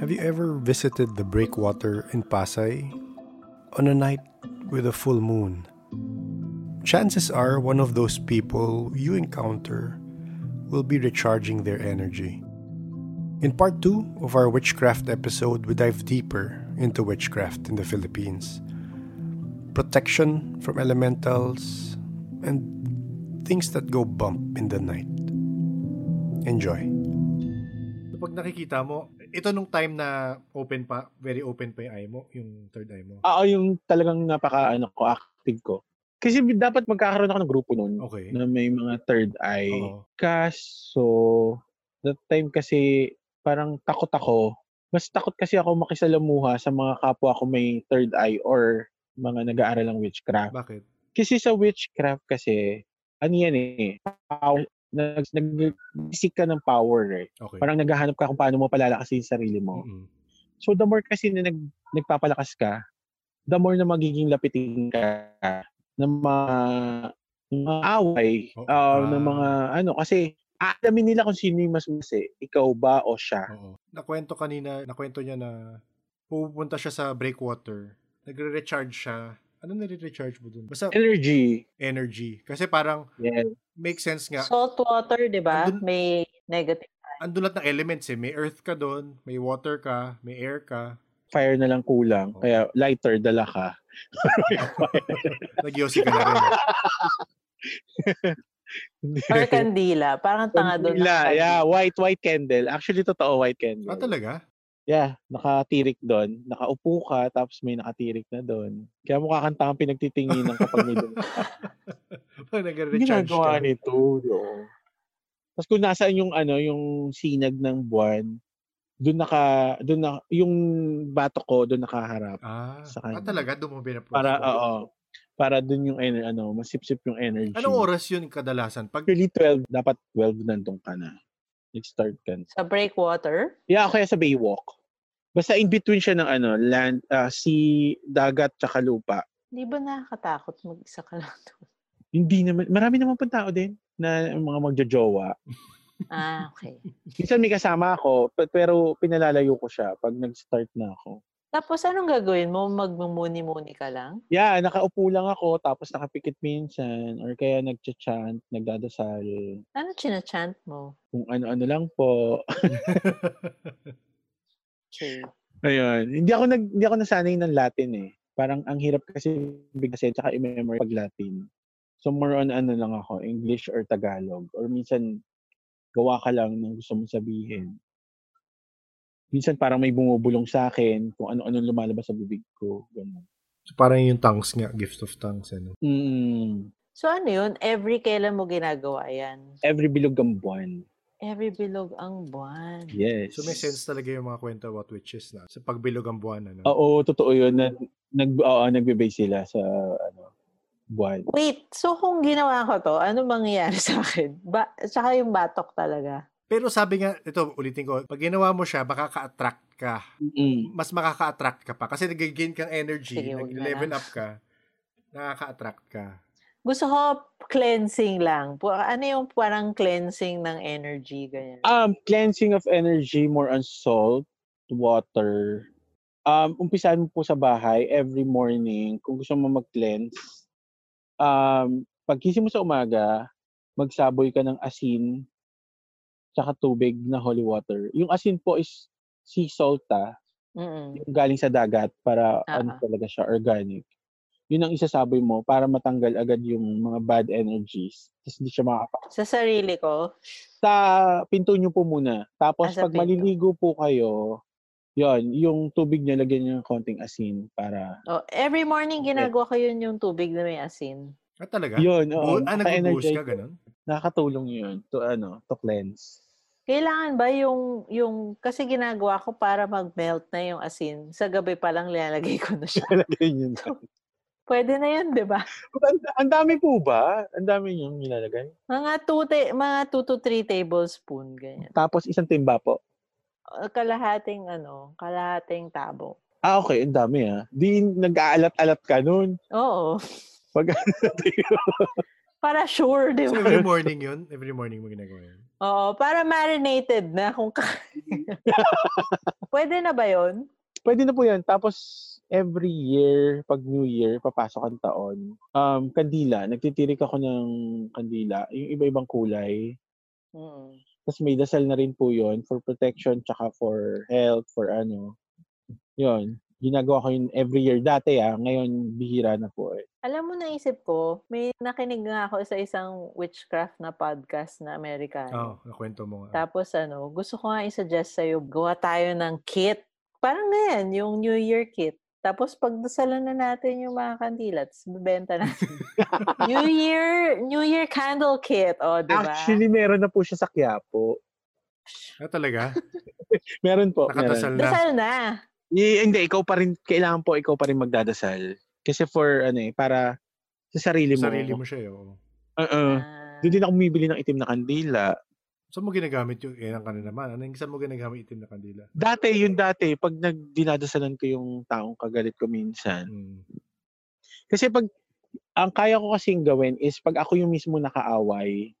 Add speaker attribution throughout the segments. Speaker 1: Have you ever visited the breakwater in Pasay on a night with a full moon? Chances are one of those people you encounter will be recharging their energy. In part 2 of our witchcraft episode, we dive deeper into witchcraft in the Philippines protection from elementals and things that go bump in the night. Enjoy.
Speaker 2: Pag nakikita mo, ito nung time na open pa, very open pa yung eye mo, yung third eye mo.
Speaker 3: Oo, yung talagang napaka ano ko active ko. Kasi bi- dapat magkakaroon ako ng grupo noon
Speaker 2: Okay.
Speaker 3: na eh. may mga third eye.
Speaker 2: Oo.
Speaker 3: Kaso that time kasi parang takot ako. Mas takot kasi ako makisalamuha sa mga kapwa ko may third eye or mga nag-aaral ng witchcraft.
Speaker 2: Bakit?
Speaker 3: Kasi sa witchcraft kasi, ano yan eh, power, nag, nag, seek ka ng power eh.
Speaker 2: Okay.
Speaker 3: Parang naghahanap ka kung paano mo palalakasin yung sarili mo.
Speaker 2: Mm-mm.
Speaker 3: So the more kasi na nag, nagpapalakas ka, the more na magiging lapitin ka ng mga, ng mga away,
Speaker 2: Oo.
Speaker 3: ah, ng
Speaker 2: Ah.
Speaker 3: mga ano, kasi aalamin nila kung sino yung mas masi, ikaw ba o siya.
Speaker 2: Oo. Nakwento kanina, nakwento niya na pupunta siya sa breakwater, nagre-recharge siya. Ano nire-recharge mo dun? Basta
Speaker 3: Eh- Energy,
Speaker 2: energy. Kasi parang
Speaker 3: yeah.
Speaker 2: make sense nga.
Speaker 4: Salt water, di ba?
Speaker 2: Andun-
Speaker 4: May negative.
Speaker 2: Andun lahat ng elements eh. May earth ka doon, may water ka, may air ka.
Speaker 3: fire na lang kulang,
Speaker 2: Oo.
Speaker 3: kaya lighter dala ka.
Speaker 2: nag ka na rin.
Speaker 4: Or kandila. Parang tanga doon. ng
Speaker 3: Kandila,
Speaker 4: kandila.
Speaker 3: yeah, white white candle. Actually totoo white candle.
Speaker 2: Ah, talaga?
Speaker 3: Yeah, nakatirik doon. Nakaupo ka, tapos may nakatirik na doon. Kaya mukha kang tangang pinagtitinginan kapag may doon.
Speaker 2: Pag nagre-recharge
Speaker 3: ginagawa
Speaker 2: ka.
Speaker 3: nito, oo. Tapos kung nasaan yung ano, yung sinag ng buwan, doon naka doon na yung bato ko doon nakaharap
Speaker 2: Ah,
Speaker 3: Sa
Speaker 2: ah
Speaker 3: kanya.
Speaker 2: talaga? Doon mo binapos
Speaker 3: para
Speaker 2: ko?
Speaker 3: oo, para doon yung ener- ano, masipsip yung energy.
Speaker 2: Anong oras yun kadalasan? Pag
Speaker 3: Actually 12, dapat 12 nandun ka na. Nag-start ka na.
Speaker 4: Sa breakwater.
Speaker 3: Yeah, kaya sa Baywalk. Basta in between siya ng ano, land, ah, sea, dagat, tsaka lupa.
Speaker 4: Di ba nakakatakot mag-isa ka lang doon?
Speaker 3: Hindi naman, marami naman pang tao din na mga magjojowa.
Speaker 4: Ah, okay.
Speaker 3: Minsan may kasama ako, pe- pero pinalalayo ko siya pag nag-start na ako.
Speaker 4: Tapos anong gagawin mo? Magmumuni-muni ka lang?
Speaker 3: Yeah, nakaupo lang ako, tapos nakapikit minsan, or kaya nagcha-chant, nagdadasal,
Speaker 4: Ano chinachant mo?
Speaker 3: kung ano-ano lang po.
Speaker 4: Okay.
Speaker 3: Ayun. Hindi ako, nag, hindi ako nasanay ng Latin eh. Parang ang hirap kasi bigkasin, tsaka i-memory pag Latin. So more on ano lang ako, English or Tagalog. Or minsan, gawa ka lang ng gusto mong sabihin. Minsan parang may bumubulong sa akin kung ano-ano lumalabas sa bibig ko. Ganun.
Speaker 2: parang yung tongues nga, gift of tongues. Ano?
Speaker 3: Mm,
Speaker 4: So ano yun? Every kailan mo ginagawa yan?
Speaker 3: every bilog ang buwan.
Speaker 4: Every bilog ang buwan.
Speaker 3: Yes.
Speaker 2: So may sense talaga yung mga kwento about witches na sa pagbilog ang buwan. Ano?
Speaker 3: Oo, totoo yun. Nag, nag, oo, nagbe-base sila sa ano, buwan.
Speaker 4: Wait, so kung ginawa ko to, ano mangyayari sa akin? Ba, tsaka yung batok talaga.
Speaker 2: Pero sabi nga, ito ulitin ko, pag ginawa mo siya, baka ka-attract ka.
Speaker 3: Mm.
Speaker 2: Mas makaka-attract ka pa. Kasi nag-gain kang energy,
Speaker 4: Sige, wag na
Speaker 2: nag-level
Speaker 4: lang.
Speaker 2: up ka, nakaka-attract ka.
Speaker 4: Gusto ko cleansing lang. Pu- Ano yung parang cleansing ng energy? Ganyan.
Speaker 3: Um, cleansing of energy, more on salt, water. Um, umpisahan mo po sa bahay every morning. Kung gusto mo mag-cleanse, um, pagkising mo sa umaga, magsaboy ka ng asin tsaka tubig na holy water. Yung asin po is sea salt ah.
Speaker 4: Mm-mm.
Speaker 3: yung galing sa dagat para ano
Speaker 4: Ah.
Speaker 3: talaga siya, organic. Yun ang isasaboy mo para matanggal agad yung mga bad energies. Tapos hindi siya makapa.
Speaker 4: Sa sarili ko,
Speaker 3: Sa pinto nyo po muna. Tapos
Speaker 4: Ah, sa
Speaker 3: pag
Speaker 4: pinto.
Speaker 3: maliligo po kayo, yon yung tubig niya, lagyan niyo ng konting asin para...
Speaker 4: oh, every morning
Speaker 3: Okay.
Speaker 4: ginagawa ko yun yung tubig na may asin.
Speaker 2: Ah, talaga?
Speaker 3: Yun, oo.
Speaker 2: Bu- ah, nag-boost ka,
Speaker 3: naka-energize.
Speaker 2: ganun?
Speaker 3: Nakakatulong yun to, ano, to cleanse.
Speaker 4: Kailangan ba yung, yung, kasi ginagawa ko para mag-melt na yung asin. Sa gabi pa lang nilalagay ko na siya.
Speaker 3: Lagyan yun.
Speaker 4: Pwede na yun, di ba?
Speaker 3: ang, ang dami po ba? Ang dami yung nilalagay.
Speaker 4: Mga 2 mga two to 3 tablespoon, ganyan.
Speaker 3: Tapos isang timba po.
Speaker 4: Uh, Kalahating, ano, kalahating tabo.
Speaker 3: Ah, okay. Ang dami ah. Di nag-aalat-alat ka nun.
Speaker 4: Oo.
Speaker 3: Pag ano,
Speaker 4: Para sure, di
Speaker 2: So
Speaker 4: ba?
Speaker 2: every morning yun? Every morning mo ginagawa yun?
Speaker 4: Oo, para marinated na kung ka- Pwede na ba yon?
Speaker 3: Pwede na po yan. Tapos, every year, pag New Year, papasok ang taon, um, kandila. Nagtitirik ako ng kandila. Yung iba-ibang kulay.
Speaker 4: Mm.
Speaker 3: Tapos may dasal na rin po yon for protection, tsaka for health, for ano. Yun. Ginagawa ko yun every year. Dati ah, ngayon bihira na po eh.
Speaker 4: Alam mo, naisip ko, may nakinig nga ako sa isang witchcraft na podcast na Amerikano.
Speaker 2: Oo, Oh, nakwento mo nga.
Speaker 4: Tapos ano, gusto ko nga i-suggest sa'yo, gawa tayo ng kit. Parang ganyan, yung New Year kit. Tapos pagdasalan na natin yung mga kandila, tapos bibenta natin. New Year, New Year candle kit. O, di ba?
Speaker 3: Actually, meron na po siya sa Quiapo.
Speaker 2: Ah, talaga?
Speaker 3: Meron po. Oh, Meron.
Speaker 2: Nakatasal na.
Speaker 4: Dasal na.
Speaker 3: Eh, hindi, ikaw pa rin, kailangan po ikaw pa rin magdadasal. Kasi for, ano eh, para sa sarili mo.
Speaker 2: Sarili mo siya eh. oo.
Speaker 3: Oo.
Speaker 4: Ah.
Speaker 3: Doon din ako bumibili ng itim na kandila.
Speaker 2: Saan mo ginagamit yung inang ka na naman? Ano yung saan mo ginagamit itim na kandila?
Speaker 3: Dati, yun dati, pag nagdinadasalan ko yung taong kagalit ko minsan.
Speaker 2: Mm.
Speaker 3: Kasi pag, ang kaya ko kasing gawin is pag ako yung mismo nakaaway,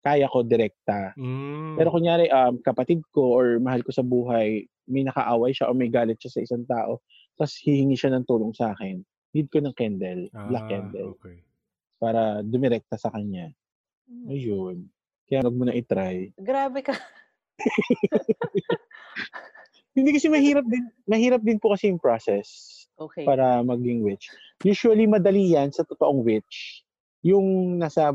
Speaker 3: kaya ko direkta.
Speaker 2: Mm.
Speaker 3: Pero kunyari, um, kapatid ko or mahal ko sa buhay, may nakaaway siya o may galit siya sa isang tao, tapos hihingi siya ng tulong sa akin. Need ko ng candle, black
Speaker 2: Ah,
Speaker 3: candle,
Speaker 2: Okay.
Speaker 3: para dumirekta sa kanya.
Speaker 4: Mm.
Speaker 3: Ayun. Kaya wag mo na itry.
Speaker 4: Grabe ka.
Speaker 3: Hindi kasi mahirap din, mahirap din po kasi yung process.
Speaker 4: Okay.
Speaker 3: para maging witch. Usually, madali yan sa totoong witch. Yung nasa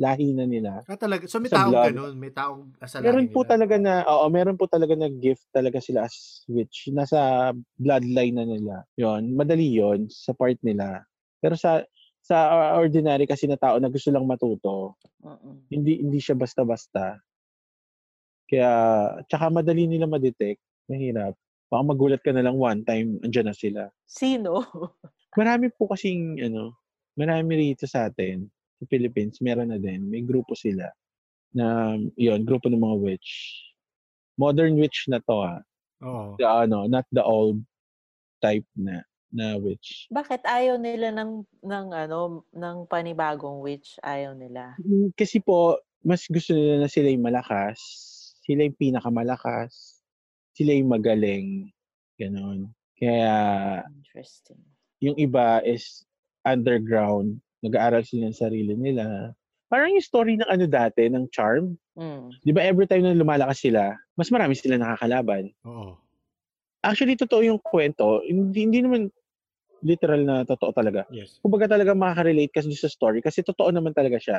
Speaker 3: lahi na nila.
Speaker 2: Ah, talaga. So may
Speaker 3: Sa
Speaker 2: taong
Speaker 3: blood.
Speaker 2: ganun. May taong asalahin
Speaker 3: Meron po talaga na, oo, meron po talaga na gift talaga sila as witch. Nasa bloodline na nila. Yon, madali yon sa part nila. Pero sa sa ordinary kasi na tao na gusto lang matuto,
Speaker 4: Mm-mm.
Speaker 3: hindi hindi siya basta-basta. Kaya, tsaka madali nila ma-detect. Mahirap. Baka magulat ka na lang one time, andyan na sila.
Speaker 4: Sino?
Speaker 3: Marami po kasing, ano, marami rito sa atin, sa Philippines, meron na din. May grupo sila na, yon grupo ng mga witch. Modern witch na to, ah.
Speaker 2: Oo.
Speaker 3: The, ano, not the old type na, na witch.
Speaker 4: Bakit ayaw nila ng ng ano ng panibagong witch ayaw nila?
Speaker 3: Mm, Kasi po, mas gusto nila na sila yung malakas, sila yung pinakamalakas, sila yung magaling, ganun. Kaya,
Speaker 4: Interesting.
Speaker 3: yung iba is underground, nag-aaral sila ng sarili nila. Parang yung story ng ano dati, ng charm.
Speaker 4: Mm.
Speaker 3: Di ba every time na lumalakas sila, mas marami sila nakakalaban.
Speaker 2: Oo.
Speaker 3: Actually, totoo yung kwento. Hindi, hindi naman literal na totoo talaga.
Speaker 2: Yes.
Speaker 3: Kumbaga talaga makaka-relate kasi sa story kasi totoo naman talaga siya.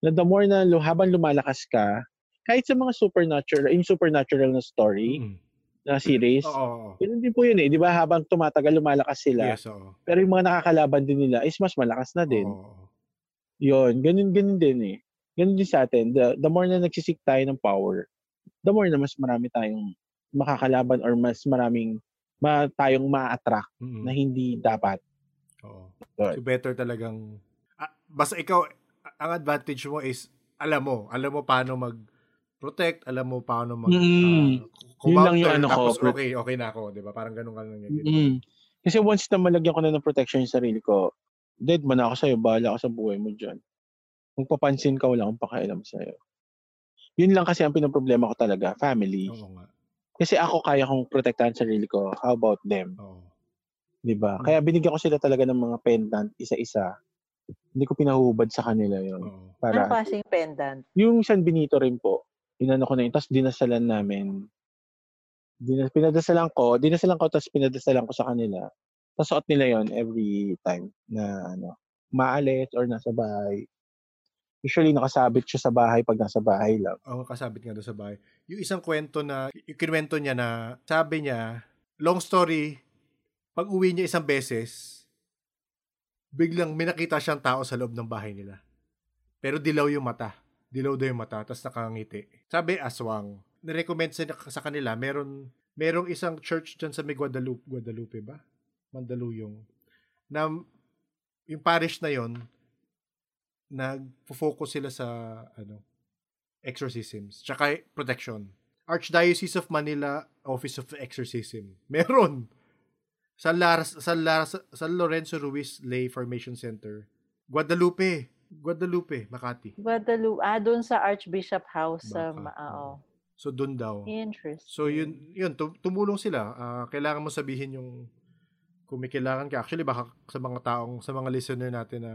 Speaker 3: Na the more na lu- habang lumalakas ka, kahit sa mga supernatural, yung supernatural na story,
Speaker 2: Mm.
Speaker 3: na series,
Speaker 2: Oo. oo, oo.
Speaker 3: ganun din po yun eh. Di ba habang tumatagal, lumalakas sila.
Speaker 2: Yes, oo.
Speaker 3: Pero yung mga nakakalaban din nila is mas malakas na din.
Speaker 2: Oo, oo.
Speaker 3: Yun, ganun, ganun din eh. Ganun din sa atin. The, the more na nagsisik tayo ng power, the more na mas marami tayong makakalaban or mas maraming ma, tayong ma-attract
Speaker 2: Mm-mm.
Speaker 3: na hindi dapat.
Speaker 2: Oo.
Speaker 3: Right.
Speaker 2: So better talagang ah, basta ikaw a- ang advantage mo is alam mo, alam mo paano mag protect, alam mo paano mag
Speaker 3: Mm.
Speaker 2: ah, k-
Speaker 3: Yun lang yung
Speaker 2: counter,
Speaker 3: ano ko,
Speaker 2: tapos
Speaker 3: pro-
Speaker 2: okay, okay na ako, 'di ba? Parang ganun ka lang yung
Speaker 3: Mm. Kasi once na malagyan ko na ng protection yung sarili ko, dead man ako sa'yo, bahala ka sa buhay mo dyan. Magpapansin ka, wala akong pakialam sa'yo. Yun lang kasi ang pinaproblema ko talaga, family.
Speaker 2: Oo nga.
Speaker 3: Kasi ako kaya kong protektahan sarili ko. How about them?
Speaker 2: Oo.
Speaker 3: 'di ba? Kaya binigyan ko sila talaga ng mga pendant isa-isa. Hindi ko pinahuhubad sa kanila 'yon
Speaker 2: Oo.
Speaker 4: Ano
Speaker 3: para
Speaker 4: klaseng pendant?
Speaker 3: yung San Benito rin po. Inano ko na yun, tapos dinasalan namin. Dinas, pinadasalan ko, dinasalan ko, tapos pinadasalan ko sa kanila. Tapos suot nila yon every time na ano, maalis or nasa bahay. Usually nakasabit siya sa bahay pag nasa bahay lang.
Speaker 2: Ang kasabit nga doon sa bahay. Yung isang kwento na yung kinuwento niya na sabi niya, long story, pag-uwi niya isang beses, biglang may nakita siyang tao sa loob ng bahay nila. Pero dilaw yung mata. Dilaw daw yung mata, tapos nakangiti. Sabi, aswang. Nirecommend sa, sa kanila, meron, merong isang church dyan sa may Guadalupe, Guadalupe ba? Mandaluyong. Na, yung parish na yon nag-focus sila sa, ano, exorcisms. Tsaka protection. Archdiocese of Manila, Office of Exorcism. Meron! San, Laras, San, Laras, San Lorenzo Ruiz Lay Formation Center. Guadalupe. Guadalupe, Makati.
Speaker 4: Guadalupe. Ah, doon sa Archbishop House. sa
Speaker 2: Baka,
Speaker 4: ma- ah,
Speaker 2: oo.
Speaker 4: oo.
Speaker 2: So, dun daw.
Speaker 4: Interesting.
Speaker 2: So, yun, yun tum- tumulong sila. Ah, kailangan mo sabihin yung kung may kailangan ka. Actually, baka sa mga taong, sa mga listener natin na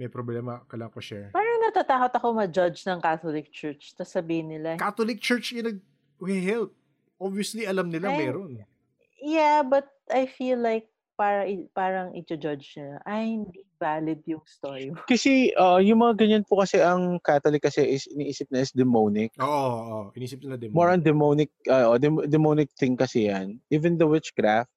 Speaker 2: may problema, kailangan ko share.
Speaker 4: Parang natatakot ako ma-judge ng Catholic Church. Tapos sabihin nila,
Speaker 2: Catholic Church yung nag we help. Obviously, alam nila
Speaker 4: Ay.
Speaker 2: meron.
Speaker 4: yeah, but I feel like para, i- parang i-judge nila. Ay, hindi valid yung story mo.
Speaker 3: Kasi ah, yung mga ganyan po kasi ang Catholic kasi is iniisip na is demonic.
Speaker 2: Oo, oo, oo. Inisip nila din.
Speaker 3: More on demonic, ah, oh, dem- demonic thing kasi yan. Even the witchcraft,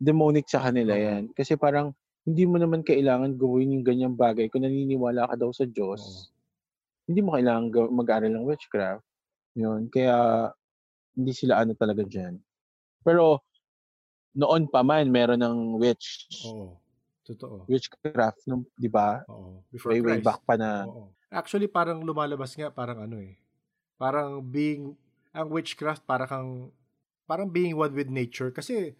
Speaker 3: demonic sa kanila
Speaker 2: Oo.
Speaker 3: yan. Kasi parang hindi mo naman kailangan gawin yung ganyang bagay. Kung naniniwala ka daw sa Diyos,
Speaker 2: Oo.
Speaker 3: hindi mo kailangan gaw- mag-aral ng witchcraft. Yun. Kaya hindi sila ano talaga dyan. Pero noon pa man, meron ng witch,
Speaker 2: Oo. Totoo.
Speaker 3: witchcraft, nung, di ba?
Speaker 2: Oo.
Speaker 3: Way, way
Speaker 2: Christ.
Speaker 3: back pa na.
Speaker 2: Oo. Actually, parang lumalabas nga, parang ano eh. Parang being, ang witchcraft, parang kang, parang being one with nature. Kasi,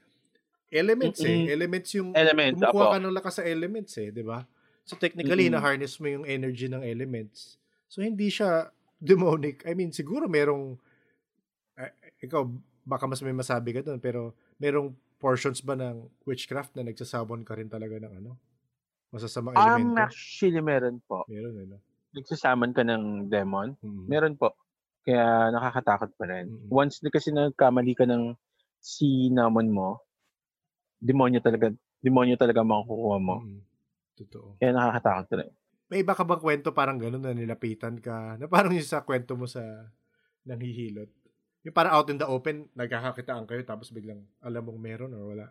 Speaker 2: elements eh.
Speaker 3: Mm-mm.
Speaker 2: Elements yung,
Speaker 3: Element,
Speaker 2: kumukuha
Speaker 3: apo.
Speaker 2: ka ng lakas sa elements eh, di ba? So, technically,
Speaker 3: Mm-mm.
Speaker 2: na-harness mo yung energy ng elements. So, hindi siya demonic. I mean, siguro merong, ah, ikaw, baka mas may masabi ka doon, pero merong portions ba ng witchcraft na nagsasabon ka rin talaga ng ano? Masasamang
Speaker 3: Um,
Speaker 2: elemento?
Speaker 3: actually, meron po.
Speaker 2: Meron, ano?
Speaker 3: Nagsasaman ka ng demon.
Speaker 2: Mm.
Speaker 3: Meron po. Kaya nakakatakot pa rin.
Speaker 2: Mm-mm.
Speaker 3: Once na kasi nagkamali ka ng sinamon mo, demonyo talaga, demonyo talaga makukuha mo.
Speaker 2: Mm. Totoo.
Speaker 3: Kaya nakakatakot pa rin.
Speaker 2: May iba ka bang kwento parang gano'n na nilapitan ka? Na parang yung sa kwento mo sa nanghihilot. Yung parang out in the open, nagkakakitaan kayo tapos biglang alam mong meron or wala.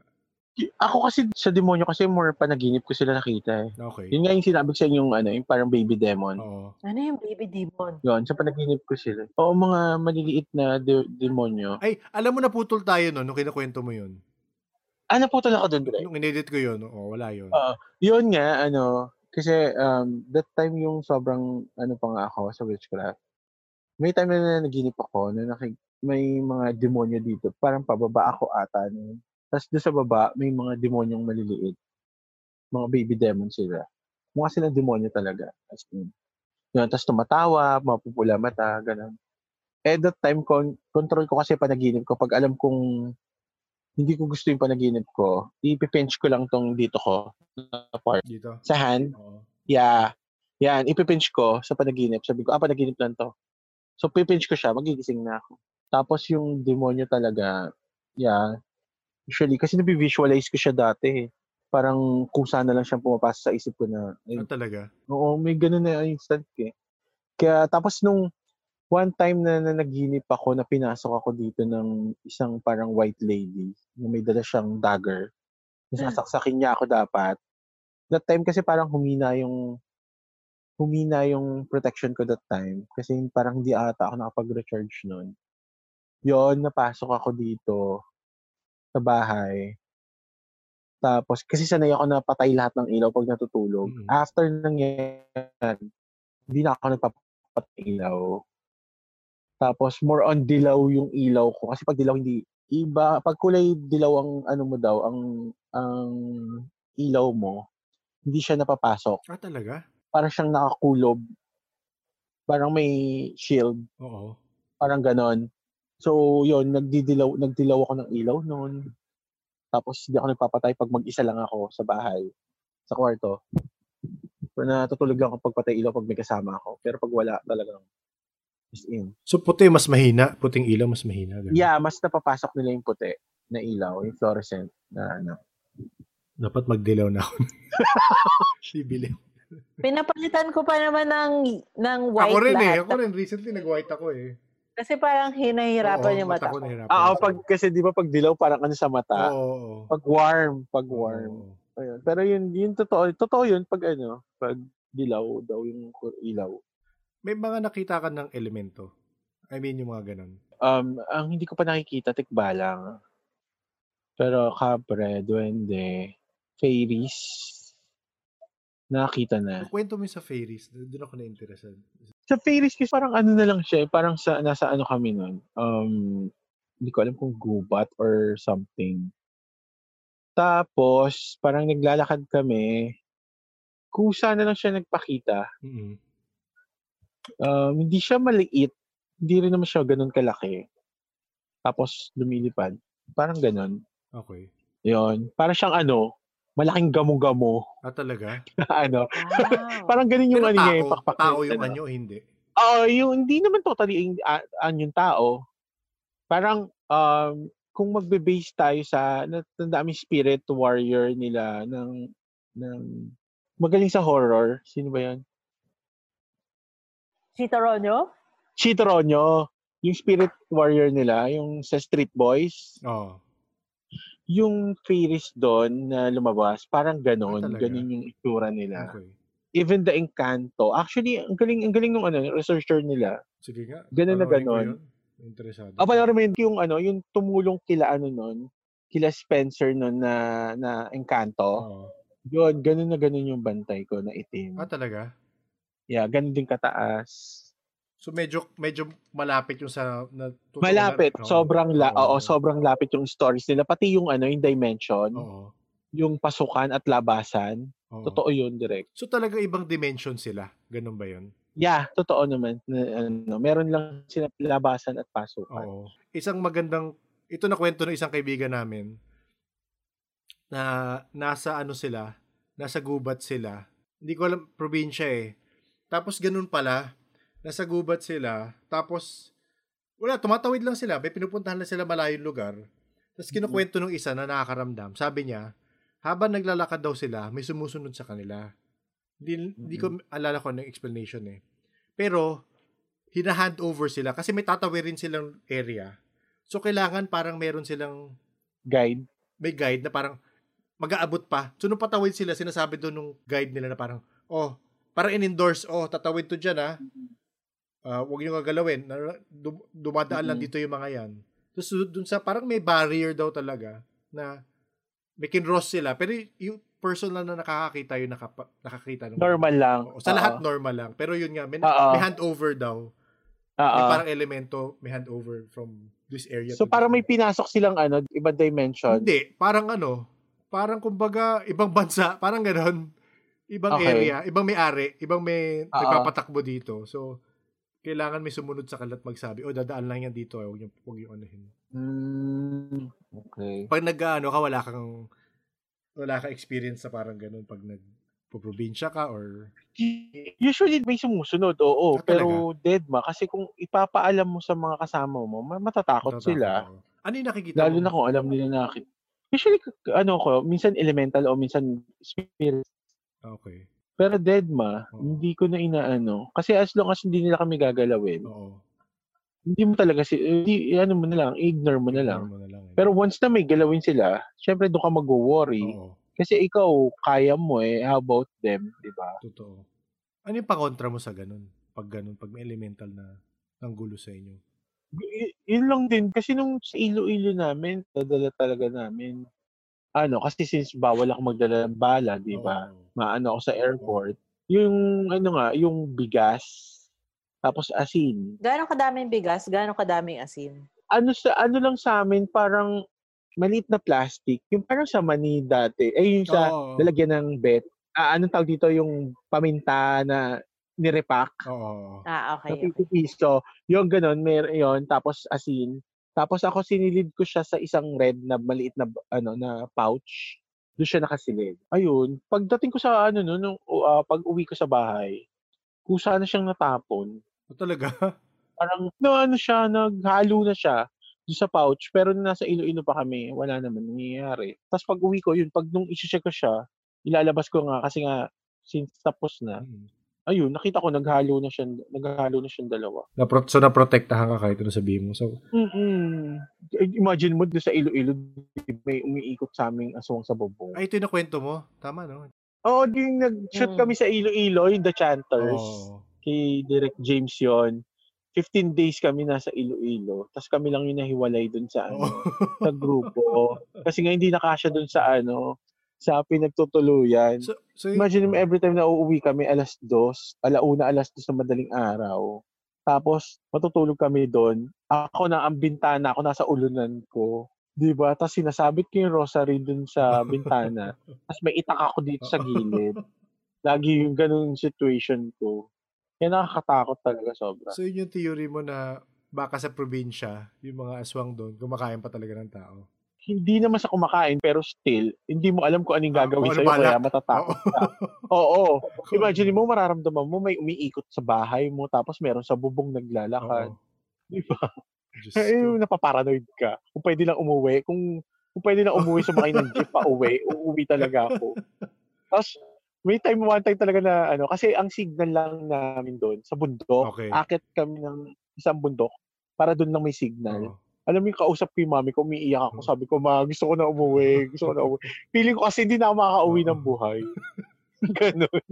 Speaker 3: Ako kasi sa demonyo kasi more panaginip ko sila nakita eh.
Speaker 2: Okay.
Speaker 3: Yun nga yung sinabi ko sa inyo yung ano, yung parang baby demon.
Speaker 2: Oo.
Speaker 4: Ano yung baby demon?
Speaker 3: Yun, sa panaginip ko sila. Oo, mga maliliit na de- demonyo.
Speaker 2: Ay, alam mo naputol tayo no, nung kinukwento mo yun.
Speaker 3: Ah, naputol ako doon, Greg.
Speaker 2: Nung inedit ko yun, oo, wala yun.
Speaker 3: Ah. Yun nga, ano, kasi um, that time yung sobrang, ano pa nga ako sa witchcraft, may time na naginip ako na nakik may mga demonyo dito. Parang pababa ako ata. No? Tapos doon sa baba, may mga demonyong maliliit. Mga baby demon sila. Mukha silang demonyo talaga. As in. Yun, tapos tumatawa, mapupula mata, ganun. Eh, that time, con- control ko kasi panaginip ko. Pag alam kong hindi ko gusto yung panaginip ko, ipipinch ko lang tong dito ko na part
Speaker 2: Dito.
Speaker 3: sa hand.
Speaker 2: Oo.
Speaker 3: Yeah. Yan, ipipinch ko sa panaginip. Sabi ko, ah, panaginip lang to. So, pipinch ko siya, magigising na ako. Tapos yung demonyo talaga, yeah, usually, kasi nabivisualize ko siya dati. eh. Parang kusa na lang siyang pumapasok sa isip ko na, ay,
Speaker 2: Ah, talaga?
Speaker 3: oo, may ganun na instant eh. Kaya tapos nung one time na, na naginip ako, na pinasok ako dito ng isang parang white lady na may dala siyang dagger. Nasasaksakin niya ako dapat. That time kasi parang humina yung humina yung protection ko that time. Kasi parang hindi ata ako nakapag-recharge nun. Yon, napasok ako dito sa bahay. Tapos, kasi sanay ako na patay lahat ng ilaw pag natutulog.
Speaker 2: Mm.
Speaker 3: After nangyari, hindi na ako nagpapatay ilaw. Tapos, more on dilaw yung ilaw ko. Kasi pag dilaw, hindi iba. Pag kulay dilaw ang ano mo daw, ang, ang ilaw mo, hindi siya napapasok.
Speaker 2: Ah, talaga?
Speaker 3: Parang siyang nakakulob. Parang may shield
Speaker 2: Oo.
Speaker 3: parang ganon. So, yun, nagdidilaw, nagdilaw ako ng ilaw noon. Tapos, hindi ako nagpapatay pag mag-isa lang ako sa bahay, sa kwarto. Pero natutulog lang ako pag patay ilaw pag may kasama ako. Pero pag wala, talagang as in.
Speaker 2: So, puti mas mahina. Puting ilaw mas mahina. ganun.
Speaker 3: Yeah, mas napapasok nila yung puti na ilaw, yung fluorescent na ano.
Speaker 2: Dapat magdilaw na ako. Bibili.
Speaker 4: Pinapalitan ko pa naman ng, ng white
Speaker 2: Ako rin
Speaker 4: lahat.
Speaker 2: eh. Ako rin. Recently, nag-white ako eh.
Speaker 4: Kasi parang hinahirapan
Speaker 2: Oo, eh.
Speaker 4: yung mata
Speaker 2: ko
Speaker 4: ko.
Speaker 2: nahirapan.
Speaker 3: Ah, oh, pag, kasi di ba pag dilaw, parang ano sa mata?
Speaker 2: Oo, oo.
Speaker 3: Pag warm, pag warm.
Speaker 2: Oo.
Speaker 3: Ayun. Pero yun, yun totoo, totoo yun pag ano, pag dilaw daw yung kur- ilaw.
Speaker 2: May mga nakita ka ng elemento. I mean, yung mga ganun.
Speaker 3: Um, ang hindi ko pa nakikita, tikba lang. Pero kapre, duwende, fairies, nakakita na.
Speaker 2: Kwento mo yung sa fairies. Doon ako na-interested.
Speaker 3: Sa fairies kasi parang ano na lang siya, eh, parang sa, nasa ano kami nun. Um, hindi ko alam kung gubat or something. Tapos, parang naglalakad kami. Kusa na lang siya nagpakita.
Speaker 2: mm
Speaker 3: Um, hindi siya maliit. hindi rin naman siya ganun kalaki. Tapos lumilipad. Parang ganun.
Speaker 2: Okay.
Speaker 3: Yun. Parang siyang ano, malaking gamo-gamo.
Speaker 2: Ah, talaga?
Speaker 3: ano,
Speaker 4: Wow.
Speaker 3: parang ganun yung
Speaker 2: Pero
Speaker 3: ano niya, yung
Speaker 2: tao,
Speaker 3: pakpak. niya,
Speaker 2: tao yung
Speaker 3: ano.
Speaker 2: anyo, hindi.
Speaker 3: Oo, yung hindi naman totally an yung tao. Parang um, kung magbe-base tayo sa natanda kami spirit warrior nila ng ng magaling sa horror. Sino ba 'yon?
Speaker 4: si Toronyo?
Speaker 3: Chitoronyo, yung spirit warrior nila, yung sa Street Boys,
Speaker 2: Oo.
Speaker 3: yung fairies doon na lumabas, parang ganon,
Speaker 2: Ah, talaga? Ah.
Speaker 3: ganon yung itsura nila.
Speaker 2: Okay.
Speaker 3: Even the Encanto, actually, ang galing, ang galing ng ano, researcher nila,
Speaker 2: Sige nga.
Speaker 3: Ganun na
Speaker 2: panoorin ko
Speaker 3: ganun.
Speaker 2: yun. Interesado.
Speaker 3: Ah, panoorin mo yun, yung ano, yung tumulong kila ano nun, kila Spencer nun na na Encanto.
Speaker 2: Oo.
Speaker 3: Yun, ganun na ganun yung bantay ko na itim.
Speaker 2: Ah, talaga?
Speaker 3: Yeah, ganun din kataas.
Speaker 2: So medyo medyo malapit yung sa natutunan.
Speaker 3: Malapit,
Speaker 2: Oo.
Speaker 3: sobrang la,
Speaker 2: Oo.
Speaker 3: oo, sobrang lapit yung stories nila, pati yung ano, yung dimension,
Speaker 2: Oo.
Speaker 3: yung pasukan at labasan.
Speaker 2: Oo.
Speaker 3: Totoo yun direct.
Speaker 2: So talaga ibang dimension sila. Ganun ba yun?
Speaker 3: Yeah, totoo naman. Na, ano, meron lang sila labasan at pasukan.
Speaker 2: Oo. Isang magandang, ito na kwento ng isang kaibigan namin, na nasa ano sila, nasa gubat sila. Hindi ko alam, probinsya eh. Tapos ganun pala, nasa gubat sila, tapos, wala, tumatawid lang sila, may pinupuntahan na sila malayong lugar. Tapos kinukwento nung isa na nakakaramdam, sabi niya, habang naglalakad daw sila, may sumusunod sa kanila. Hindi, hindi ko alala ko ng explanation eh. Pero, hina-hand over sila kasi may tatawirin silang area. So, kailangan parang meron silang
Speaker 3: Guide.
Speaker 2: may guide na parang mag-aabot pa. So, nung patawid sila, sinasabi doon nung guide nila na parang, oh, parang in-endorse, oh, tatawid to dyan, ha?
Speaker 3: Mm-hmm.
Speaker 2: Ah, huwag nyo gagalawin. Na- dum- dumadaan lang
Speaker 3: Mhm.
Speaker 2: dito yung mga yan. Tapos, doon sa, parang may barrier daw talaga na may kinross sila. Pero y- yung person lang na nakakakita yung nakapa- nakakita. Nung,
Speaker 3: Normal lang.
Speaker 2: Oo, sa lahat, normal lang. Pero yun nga, may,
Speaker 3: Oo.
Speaker 2: may handover daw.
Speaker 3: Oo.
Speaker 2: May parang elemento, may handover from this area.
Speaker 3: So
Speaker 2: to
Speaker 3: parang may
Speaker 2: that.
Speaker 3: pinasok silang ano, ibang dimension.
Speaker 2: Hindi, parang ano, parang kumbaga, ibang bansa, parang ganon. Ibang
Speaker 3: Okay.
Speaker 2: area, ibang may-ari, ibang may
Speaker 3: Ah, ah.
Speaker 2: nagpapatakbo dito. So, kailangan may sumunod sa kalat magsabi, o dadaan lang yan dito, eh, huwag yung, huwag yung anuhin.
Speaker 3: Mm, okay.
Speaker 2: Pag nag-ano ka, wala kang, wala kang experience sa parang ganon pag nag probinsya ka or
Speaker 3: Usually may sumusunod, oo.
Speaker 2: Ah, talaga?
Speaker 3: pero dead ma. Kasi kung ipapaalam mo sa mga kasama mo, ma- matatakot sila.
Speaker 2: Tatakbo. Ano yung nakikita
Speaker 3: Lalo
Speaker 2: mo?
Speaker 3: na kung alam nila na akin. Usually, k- ano ko, minsan elemental o minsan spirit.
Speaker 2: Ah, Okay.
Speaker 3: Pero dead ma,
Speaker 2: Oo.
Speaker 3: hindi ko na inaano. Kasi as long as hindi nila kami gagalawin,
Speaker 2: Oo.
Speaker 3: hindi mo talaga, si, hindi, ano mo na lang, ignore mo na lang.
Speaker 2: Normal na lang. eh.
Speaker 3: Pero once na may galawin sila, syempre doon ka mag-worry.
Speaker 2: Oo.
Speaker 3: Kasi ikaw, kaya mo eh. How about them, di ba?
Speaker 2: Totoo. Ano yung pangontra mo sa ganun? Pag ganun, pag may elemental na ng gulo sa inyo.
Speaker 3: Y- yun lang din. Kasi nung sa ilo-ilo namin, dadala talaga namin. Ano, kasi since bawal ako magdala ng bala, di ba?
Speaker 2: Oo.
Speaker 3: Maano ako sa airport. Yung, ano nga, yung bigas. Tapos asin.
Speaker 4: Gano'ng kadaming bigas? Gano'ng kadaming asin?
Speaker 3: Ano sa ano lang sa amin, parang maliit na plastic. Yung parang sa mani dati. Eh, yung sa
Speaker 2: Oo.
Speaker 3: lalagyan ng bet. Ah, anong tawag dito? Yung paminta na nirepack.
Speaker 2: Oo.
Speaker 4: Ah, okay. okay.
Speaker 3: Napipiso. Yung ganun, meron yun. Tapos asin. Tapos ako sinilid ko siya sa isang red na maliit na ano na pouch. Doon siya nakasilid. Ayun, pagdating ko sa ano no, nung uh, pag-uwi ko sa bahay, kusa na siyang natapon.
Speaker 2: O Oh, talaga?
Speaker 3: Parang no, ano siya, naghalo na siya doon sa pouch. Pero nung nasa Iloilo pa kami, wala naman nangyayari. Tapos pag-uwi ko, yun, pag nung isi-check ko siya, ilalabas ko nga kasi nga since tapos na,
Speaker 2: Hmm.
Speaker 3: ayun, nakita ko naghalo na siya, naghalo na siyang dalawa.
Speaker 2: Napro- so, naprotektahan ka kahit ano sabihin mo. So,
Speaker 3: Mm-mm. Eh, Imagine mo doon sa Iloilo, may umiikot sa aming aswang sa bubong.
Speaker 2: ay, ito yung nakwento mo. Tama, no?
Speaker 3: Oo, oh, yung nag-shoot
Speaker 4: Mm.
Speaker 3: kami sa Iloilo, yung The Chanters,
Speaker 2: Oo.
Speaker 3: kay Direct James yon 15 days kami nasa Iloilo, tapos kami lang yung nahiwalay doon sa, ano,
Speaker 2: Oo.
Speaker 3: sa grupo. Kasi nga hindi nakasya doon sa ano, sa pinagtutuluyan.
Speaker 2: so, so,
Speaker 3: Imagine mo, every time na uuwi kami, alas dos, alauna, alas dos na madaling araw. Tapos, matutulog kami doon. Ako na ang bintana, ako nasa ulunan ko. Di ba? Tapos sinasabit ko yung rosary doon sa bintana. Tapos may itak ako dito sa gilid. Lagi yung ganun situation ko. Kaya nakakatakot talaga sobra.
Speaker 2: so, yun yung theory mo na baka sa probinsya, yung mga aswang doon, kumakain pa talaga ng tao.
Speaker 3: Hindi naman sa kumakain, pero still, hindi mo alam kung anong
Speaker 2: Ah,
Speaker 3: gagawin
Speaker 2: kung ano
Speaker 3: sa'yo,
Speaker 2: balak.
Speaker 3: kaya matatakot.
Speaker 2: Oo.
Speaker 3: Oo. Imagine mo, mararamdaman mo, may umiikot sa bahay mo, tapos meron sa bubong naglalakad. Di ba?
Speaker 2: Diyos
Speaker 3: Eh,
Speaker 2: ko.
Speaker 3: napaparanoid ka. Kung pwede lang umuwi, kung, kung pwede lang umuwi, sumakay ng jeep pa uwi, uuwi talaga ako. Tapos, may time, one time talaga na, ano, kasi ang signal lang namin doon, sa bundok,
Speaker 2: Okay.
Speaker 3: akit kami ng isang bundok, para doon lang may signal.
Speaker 2: Oo.
Speaker 3: Alam mo yung kausap ko yung mami ko, umiiyak ako, sabi ko, ma, gusto ko na umuwi, gusto ko na umuwi. Feeling ko kasi hindi na ako makakauwi ng buhay. Ganun.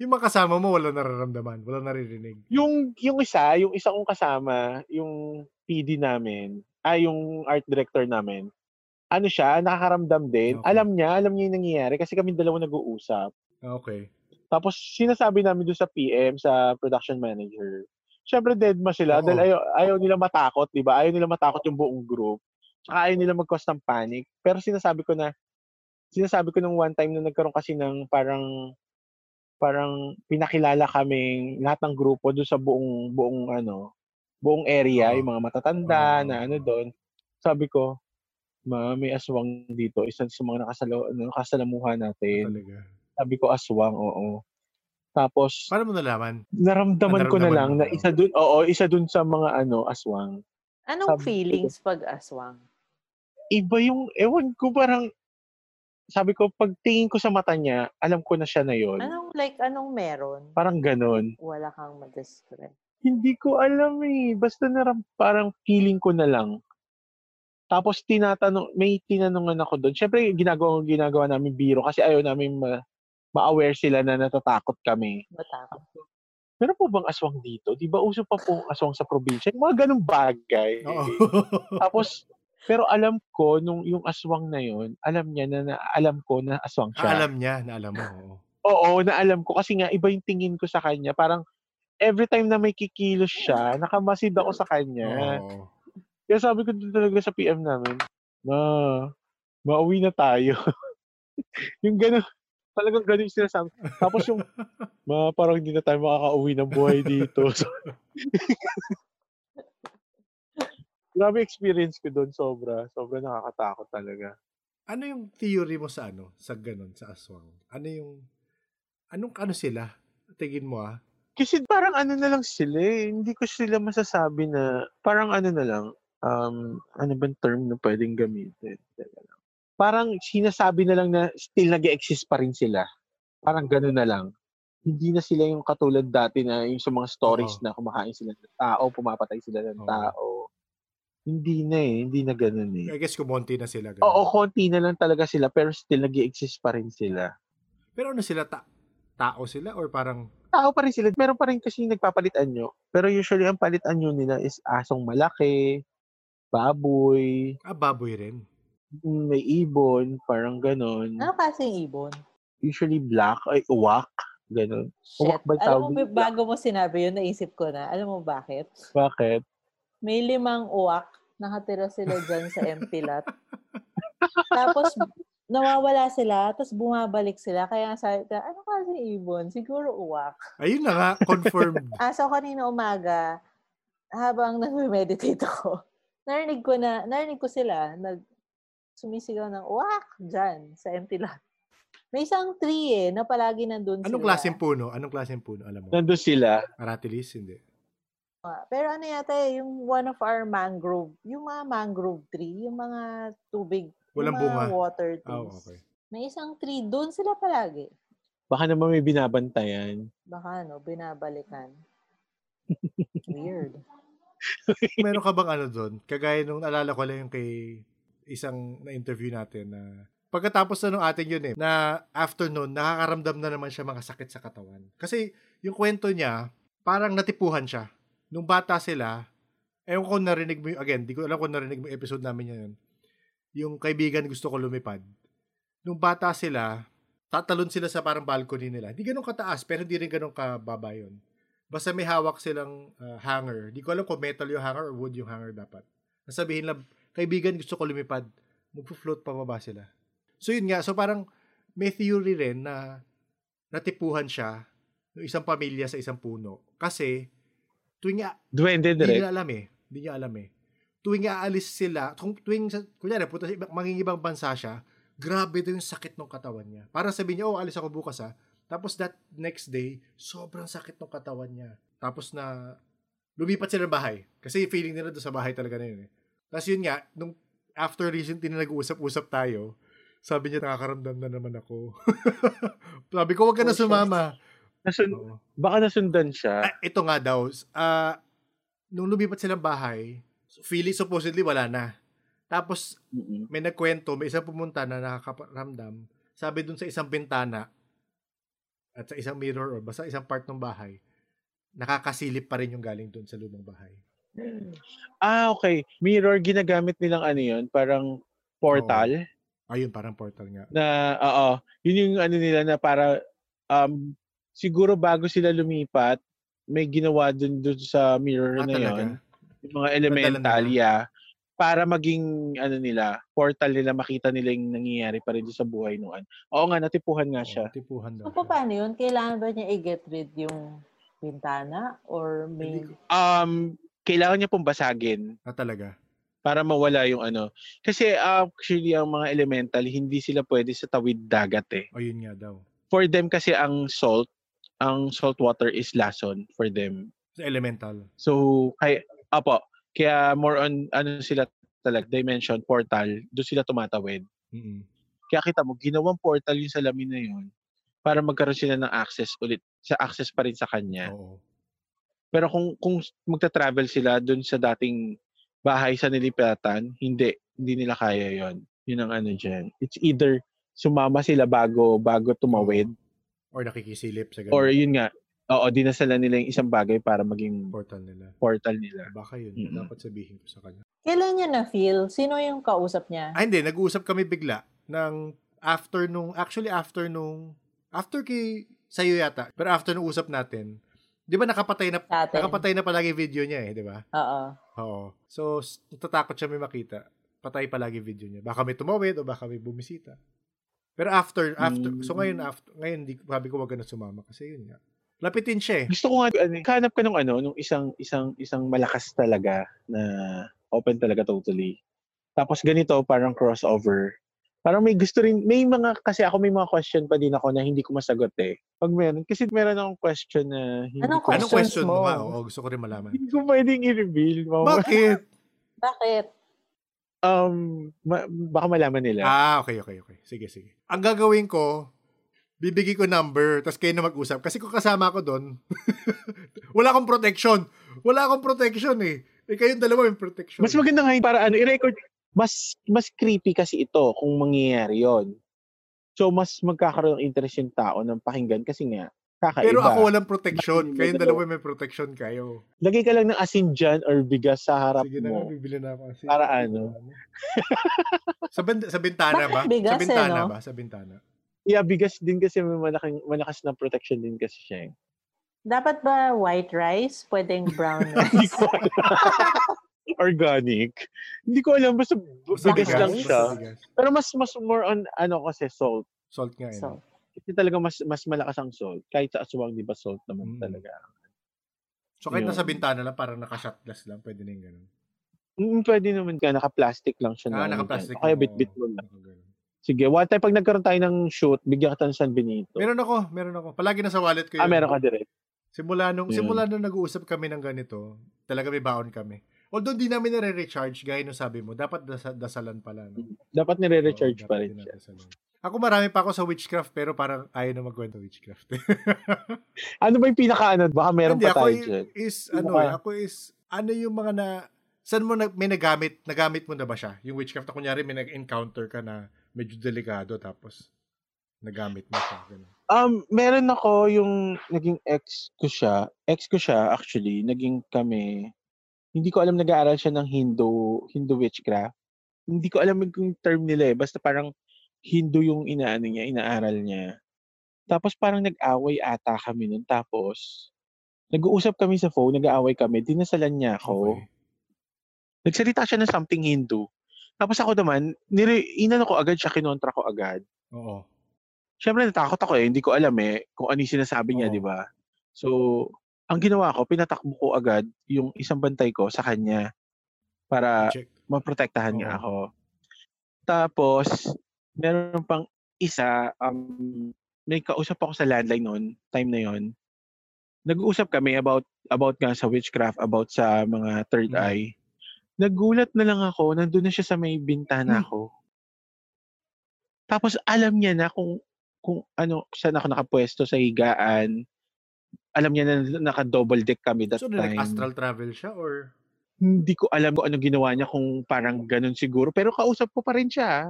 Speaker 2: Yung mga kasama mo, wala nararamdaman, wala naririnig.
Speaker 3: Yung, yung isa, yung isa kong kasama, yung PD namin, ay yung art director namin, ano siya, nakakaramdam din.
Speaker 2: Okay.
Speaker 3: Alam niya, alam niya yung nangyayari kasi kami dalawa nag-uusap.
Speaker 2: Ah, Okay.
Speaker 3: Tapos sinasabi namin doon sa PM, sa production manager. Siyempre deadma
Speaker 2: Oo.
Speaker 3: sila dahil ayaw, ayaw nila matakot, di ba? Ayaw nila matakot yung buong group. Tsaka ayaw nila mag-cause ng panic. Pero sinasabi ko na, sinasabi ko nung one time na nagkaroon kasi ng parang parang pinakilala kaming lahat ng grupo doon sa buong buong ano, buong area,
Speaker 2: Oo.
Speaker 3: yung mga matatanda
Speaker 2: Oo.
Speaker 3: na ano doon. Sabi ko, ma, may aswang dito. Isa sa mga nakasalo, nakasalamuha natin
Speaker 2: Talaga.
Speaker 3: sabi ko aswang, oo. Tapos
Speaker 2: Paano mo nalaman?
Speaker 3: naramdaman ko na
Speaker 2: Naramdaman
Speaker 3: lang
Speaker 2: mo,
Speaker 3: na
Speaker 2: oo.
Speaker 3: isa dun, oo, isa dun sa mga ano, aswang.
Speaker 4: Anong
Speaker 3: Sabi-
Speaker 4: feelings pag aswang?
Speaker 3: Iba yung, ewan ko parang, sabi ko, pag tingin ko sa mata niya, alam ko na siya na yon.
Speaker 4: Anong like, anong meron?
Speaker 3: Parang ganon.
Speaker 4: Wala kang madescribe.
Speaker 3: Hindi ko alam eh. Basta naram, parang feeling ko na lang. Tapos tinatanong, may tinanungan ako doon. Siyempre, ginagawa, ginagawa namin biro kasi ayaw namin ma, ma-aware sila na natatakot kami.
Speaker 4: Matakot.
Speaker 3: meron po bang aswang dito? Di ba uso pa po ang aswang sa probinsya? Yung mga ganong bagay.
Speaker 2: Oo.
Speaker 3: Tapos, pero alam ko, nung yung aswang na yun, alam niya na, na alam ko na aswang
Speaker 2: Ah,
Speaker 3: siya.
Speaker 2: alam niya, naalam mo. oo.
Speaker 3: Oo, na alam ko. Kasi nga, iba yung tingin ko sa kanya. Parang, every time na may kikilos siya, nakamasid ako sa kanya.
Speaker 2: Oo.
Speaker 3: Kaya sabi ko doon talaga sa PM namin, na, mauwi na tayo. yung gano'n, talagang gano'n yung sinasabi. Tapos yung, ma, parang hindi na tayo makakauwi ng buhay dito. So, Grabe experience ko doon, sobra. Sobra nakakatakot talaga.
Speaker 2: Ano yung theory mo sa ano? Sa ganun, sa aswang? Ano yung... Anong ano sila? Tingin mo ah.
Speaker 3: Kasi parang ano na lang sila eh. Hindi ko sila masasabi na, parang ano na lang, um, ano bang term na pwedeng gamitin? Teka lang. Parang sinasabi na lang na still nag exist pa rin sila. Parang gano'n na lang. Hindi na sila yung katulad dati na yung sa mga stories
Speaker 2: Oo.
Speaker 3: na kumakain sila ng tao, pumapatay sila ng
Speaker 2: Oo.
Speaker 3: tao. Hindi na eh. Hindi na gano'n eh.
Speaker 2: I guess kumonti na sila. ganun.
Speaker 3: Oo, konti na lang talaga sila pero still nag exist pa rin sila.
Speaker 2: Pero ano sila? Ta- tao sila? Or parang...
Speaker 3: Tao pa rin sila. Meron pa rin kasi nagpapalitan nyo. Pero usually ang palitan nyo nila is asong malaki, baboy,
Speaker 2: Ah, baboy rin.
Speaker 3: mm, may ibon, parang ganon.
Speaker 4: Ano kasing ibon?
Speaker 3: Usually black, ay uwak, ganon.
Speaker 4: Shit.
Speaker 3: Uwak ba
Speaker 4: Alam mo,
Speaker 3: tawag
Speaker 4: ba-
Speaker 3: nila?
Speaker 4: bago mo sinabi yun, naisip ko na. Alam mo bakit?
Speaker 3: Bakit?
Speaker 4: May limang uwak. Nakatira sila dyan sa MP lot. Tapos, nawawala sila. Tapos, bumabalik sila. Kaya sabi ka, ano kasing ibon? Siguro uwak.
Speaker 2: Ayun na nga, confirmed.
Speaker 4: Ah, so kanina umaga, habang nagme-meditate ako, narinig ko na, narinig ko sila, nag, sumisigaw ng uwak dyan sa empty lot. May isang tree eh, na palagi nandun sila.
Speaker 2: Anong klaseng puno? Anong klaseng puno? Alam mo?
Speaker 3: Nandun sila.
Speaker 2: Aratilis? Hindi.
Speaker 4: Ah, Pero ano yata eh, yung one of our mangrove, yung mga mangrove tree, yung mga tubig,
Speaker 2: Walang
Speaker 4: yung mga
Speaker 2: bunga.
Speaker 4: water
Speaker 2: Ah,
Speaker 4: trees.
Speaker 2: okay.
Speaker 4: May isang tree, doon sila palagi.
Speaker 3: Baka naman may binabantayan.
Speaker 4: Baka ano, binabalikan. Weird.
Speaker 2: Meron ka bang ano doon? Kagaya nung naalala ko lang yung kay isang na-interview natin na pagkatapos na nung atin yun eh, na afternoon, nakakaramdam na naman siya mga sakit sa katawan. Kasi yung kwento niya, parang natipuhan siya. Nung bata sila, ewan ko kung narinig mo yung, again, di ko alam kung narinig mo yung episode namin yun. Yung kaibigan gusto ko lumipad. Nung bata sila, tatalon sila sa parang balcony nila. Hindi ganun kataas, pero hindi rin ganun kababa yun. Basta may hawak silang uh, hanger. Di ko alam kung metal yung hanger or wood yung hanger dapat. Nasabihin lang, kaibigan, gusto ko lumipad. Magpo-float pababa sila. So yun nga, so parang may theory rin na natipuhan siya ng isang pamilya sa isang puno. Kasi Tuwing a-
Speaker 3: Duwende
Speaker 2: Hindi
Speaker 3: direct.
Speaker 2: nila alam eh. Hindi niya alam eh. Tuwing aalis sila, kung tuwing, sa- kunyari, puta sa ibang, mangingibang bansa siya, grabe daw yung sakit ng katawan niya. Parang sabihin niya, oh, alis ako bukas ha. Tapos that next day, sobrang sakit ng katawan niya. Tapos na, lumipat sila ng bahay. Kasi feeling nila doon sa bahay talaga na yun eh. Tapos yun nga, nung after recently na nag-uusap-usap tayo, sabi niya, nakakaramdam na naman ako. sabi ko, wag ka na
Speaker 4: Oh, shit.
Speaker 2: sumama.
Speaker 3: Nasun-
Speaker 2: Oo.
Speaker 3: baka nasundan siya.
Speaker 2: Ah, ito nga daw, ah, nung lumipat silang bahay, feeling supposedly wala na. Tapos
Speaker 3: Mm-mm.
Speaker 2: may nagkwento, may isang pumunta na nakakaramdam. Sabi dun sa isang bintana at sa isang mirror or basta isang part ng bahay, nakakasilip pa rin yung galing dun sa lumang bahay.
Speaker 3: Ah, okay. Mirror, ginagamit nilang ano yun? Parang portal.
Speaker 2: Ayun, parang portal nga.
Speaker 3: na oo yun yung ano nila na para um siguro bago sila lumipat may ginawa dun dun sa mirror
Speaker 2: Ah,
Speaker 3: na
Speaker 2: talaga?
Speaker 3: yun yung mga elemental
Speaker 2: nila.
Speaker 3: yeah para maging ano nila portal nila makita nila yung nangyayari pa rin dun sa buhay noon oo nga natipuhan nga
Speaker 2: Oo,
Speaker 3: siya
Speaker 2: Oh, tipuhan daw.
Speaker 4: So,
Speaker 2: siya.
Speaker 4: paano yun? Kailangan ba niya i-get rid yung bintana? Or may...
Speaker 2: Hindi
Speaker 3: um kailangan niya pong basagin
Speaker 2: Ah, talaga.
Speaker 3: para mawala yung ano kasi ah, actually ang mga elemental hindi sila pwede sa tawid dagat eh
Speaker 2: Ayun Oh, nga daw.
Speaker 3: for them kasi ang salt ang salt water is lason for them
Speaker 2: Sa elemental.
Speaker 3: So, kaya, apo, kaya more on, ano sila talaga, dimension, portal, doon sila tumatawid.
Speaker 2: Mm-mm.
Speaker 3: Kaya kita mo, ginawang portal yung salamin na yun para magkaroon sila ng access ulit, sa access pa rin sa kanya.
Speaker 2: Oo.
Speaker 3: Pero kung, kung magta-travel sila doon sa dating bahay sa nilipatan, hindi, hindi nila kaya yon Yun ang ano dyan. It's either sumama sila bago, bago tumawid,
Speaker 2: Or nakikisilip sa ganun,
Speaker 3: or yun nga, oo, dinasalan nila yung isang bagay para maging
Speaker 2: portal nila.
Speaker 3: portal nila.
Speaker 2: Baka yun,
Speaker 3: Mm-mm.
Speaker 2: dapat sabihin ko sa kanya.
Speaker 4: Kailan niya na-feel? Sino yung kausap niya?
Speaker 2: Ah, hindi. Nag-uusap kami bigla ng after nung, actually after nung, after kay sa'yo yata, pero after nung usap natin, di ba nakapatay na,
Speaker 4: Sa atin?
Speaker 2: nakapatay na palagi video niya eh, di ba?
Speaker 4: Oo.
Speaker 2: Oo. So, s- natatakot siya may makita. Patay palagi video niya. Baka may tumawid o baka may bumisita. Pero after, after, so ngayon, after, ngayon, di, sabi ko wag ka na sumama kasi yun nga. Lapitin siya eh.
Speaker 3: Gusto ko nga ano, hanap ka nung ano, nung isang isang isang malakas talaga na open talaga totally. Tapos ganito parang crossover. Parang may gusto rin, may mga, kasi ako may mga question pa din ako na hindi ko masagot eh. Pag meron, kasi meron akong question na hindi
Speaker 4: Anong
Speaker 3: ko,
Speaker 2: Anong question
Speaker 4: Questions
Speaker 2: mo?
Speaker 4: mo.
Speaker 2: nga? Oo, gusto ko rin malaman.
Speaker 3: hindi ko pwedeng i-reveal. Mama.
Speaker 2: Bakit?
Speaker 4: Bakit?
Speaker 3: Um, ma- baka malaman nila.
Speaker 2: Ah, okay, okay, okay. Sige, sige. Ang gagawin ko, bibigay ko number, tapos kayo na mag-usap. Kasi kung kasama ko doon, wala akong protection. Wala akong protection eh. Eh, kayong dalawa may protection.
Speaker 3: Mas maganda nga yun para ano, i-record. Mas, mas creepy kasi ito kung mangyayari yon So, mas magkakaroon ng interest yung tao ng pakinggan kasi nga, kakaiba.
Speaker 2: Pero ako walang protection.
Speaker 3: Bakit
Speaker 2: Kayong
Speaker 3: yung
Speaker 2: dalawa may protection kayo.
Speaker 3: Lagay ka lang ng asin dyan or bigas sa harap
Speaker 2: Sige na nga,
Speaker 3: mo.
Speaker 2: bibili na ako. Kasi
Speaker 3: Para ano?
Speaker 2: sa, bin- sa bintana
Speaker 4: Bakit
Speaker 2: ba?
Speaker 4: bigas
Speaker 2: sa bintana
Speaker 4: eh, no?
Speaker 2: ba? Sa bintana.
Speaker 3: Yeah, bigas din kasi may malaking, malakas na protection din kasi siya. eh.
Speaker 4: Dapat ba white rice? Pwedeng brown
Speaker 3: Hindi
Speaker 4: rice?
Speaker 3: ko alam. Organic. Hindi ko alam, basta bu-
Speaker 2: Sa
Speaker 3: bigas
Speaker 4: bigas,
Speaker 3: lang
Speaker 2: basta
Speaker 3: siya.
Speaker 2: bigas.
Speaker 3: Pero mas mas more on ano kasi salt.
Speaker 2: Salt nga eh. no?
Speaker 4: so,
Speaker 3: Kasi talaga mas mas malakas ang salt. Kahit sa aswang, di ba salt
Speaker 2: Mm.
Speaker 3: naman talaga.
Speaker 2: So kahit
Speaker 3: Yun.
Speaker 2: nasa bintana lang, parang naka-shot glass lang, pwede na yung ganun.
Speaker 3: Mm, pwede naman ka, naka-plastic lang siya.
Speaker 2: Ah,
Speaker 3: ng-
Speaker 2: naka-plastic.
Speaker 3: O Kaya
Speaker 2: lang,
Speaker 3: bit-bit
Speaker 2: oo.
Speaker 3: mo lang.
Speaker 2: Naka-ganun.
Speaker 3: Sige, one time pag nagkaroon tayo ng shoot, bigyan kita ng San Benito.
Speaker 2: Meron ako, meron ako. Palagi nasa wallet ko yun.
Speaker 3: ah, meron ka direct.
Speaker 2: Simula nung,
Speaker 3: Yun.
Speaker 2: simula nung nag-uusap kami ng ganito, talaga may baon kami. Although di namin nare-recharge, gaya nung sabi mo, dapat dasa- dasalan pala. No?
Speaker 3: Dapat
Speaker 2: Oo,
Speaker 3: nire-recharge pa
Speaker 2: dapat
Speaker 3: rin
Speaker 2: din
Speaker 3: siya.
Speaker 2: nadasalan. Ako marami pa ako sa witchcraft, pero parang ayaw na magkwento witchcraft.
Speaker 3: Ano ba yung pinaka-ano? Baka meron
Speaker 2: Hindi,
Speaker 3: pa tayo
Speaker 2: i-
Speaker 3: dyan.
Speaker 2: is,
Speaker 3: Yung
Speaker 2: ano,
Speaker 3: mga-
Speaker 2: eh, ako is, ano yung mga na, saan mo na, may nagamit, nagamit mo na ba siya? Yung witchcraft, na kunyari may nag-encounter ka na medyo delikado, tapos nagamit mo siya. Ganun.
Speaker 3: Um, meron ako yung naging ex ko siya. Ex ko siya actually, naging kami. Hindi ko alam nag-aaral siya ng Hindu, Hindu witchcraft. Hindi ko alam yung term nila eh. Basta parang Hindu yung inaano niya, inaaral niya. Tapos parang nag-away ata kami nun. Tapos, nag-uusap kami sa phone, nag-aaway kami. Dinasalan niya ako.
Speaker 2: Okay.
Speaker 3: Nagsalita siya ng something Hindu. Tapos ako naman, nire, inano ko agad siya, kinontra ko agad.
Speaker 2: Oo.
Speaker 3: Siyempre natakot ako eh, hindi ko alam eh kung ano yung sinasabi niya,
Speaker 2: Oo.
Speaker 3: di ba? So, Ang ginawa ko, pinatakbo ko agad yung isang bantay ko sa kanya para
Speaker 2: Check.
Speaker 3: maprotektahan
Speaker 2: Oo.
Speaker 3: niya ako. Tapos, meron pang isa, um, may kausap ako sa landline noon, time na yon. Nag-uusap kami about about nga sa witchcraft, about sa mga third
Speaker 2: Mm.
Speaker 3: eye. Nagulat na lang ako, nandun na siya sa may bintana
Speaker 2: Mm.
Speaker 3: ko. Tapos alam niya na kung kung ano saan ako nakapwesto sa higaan. Alam niya na naka-double deck kami that
Speaker 2: So, na
Speaker 3: time
Speaker 2: nag-astral travel siya or...
Speaker 3: hindi ko alam kung ano ginawa niya kung parang ganun siguro. Pero kausap ko pa rin siya. ah.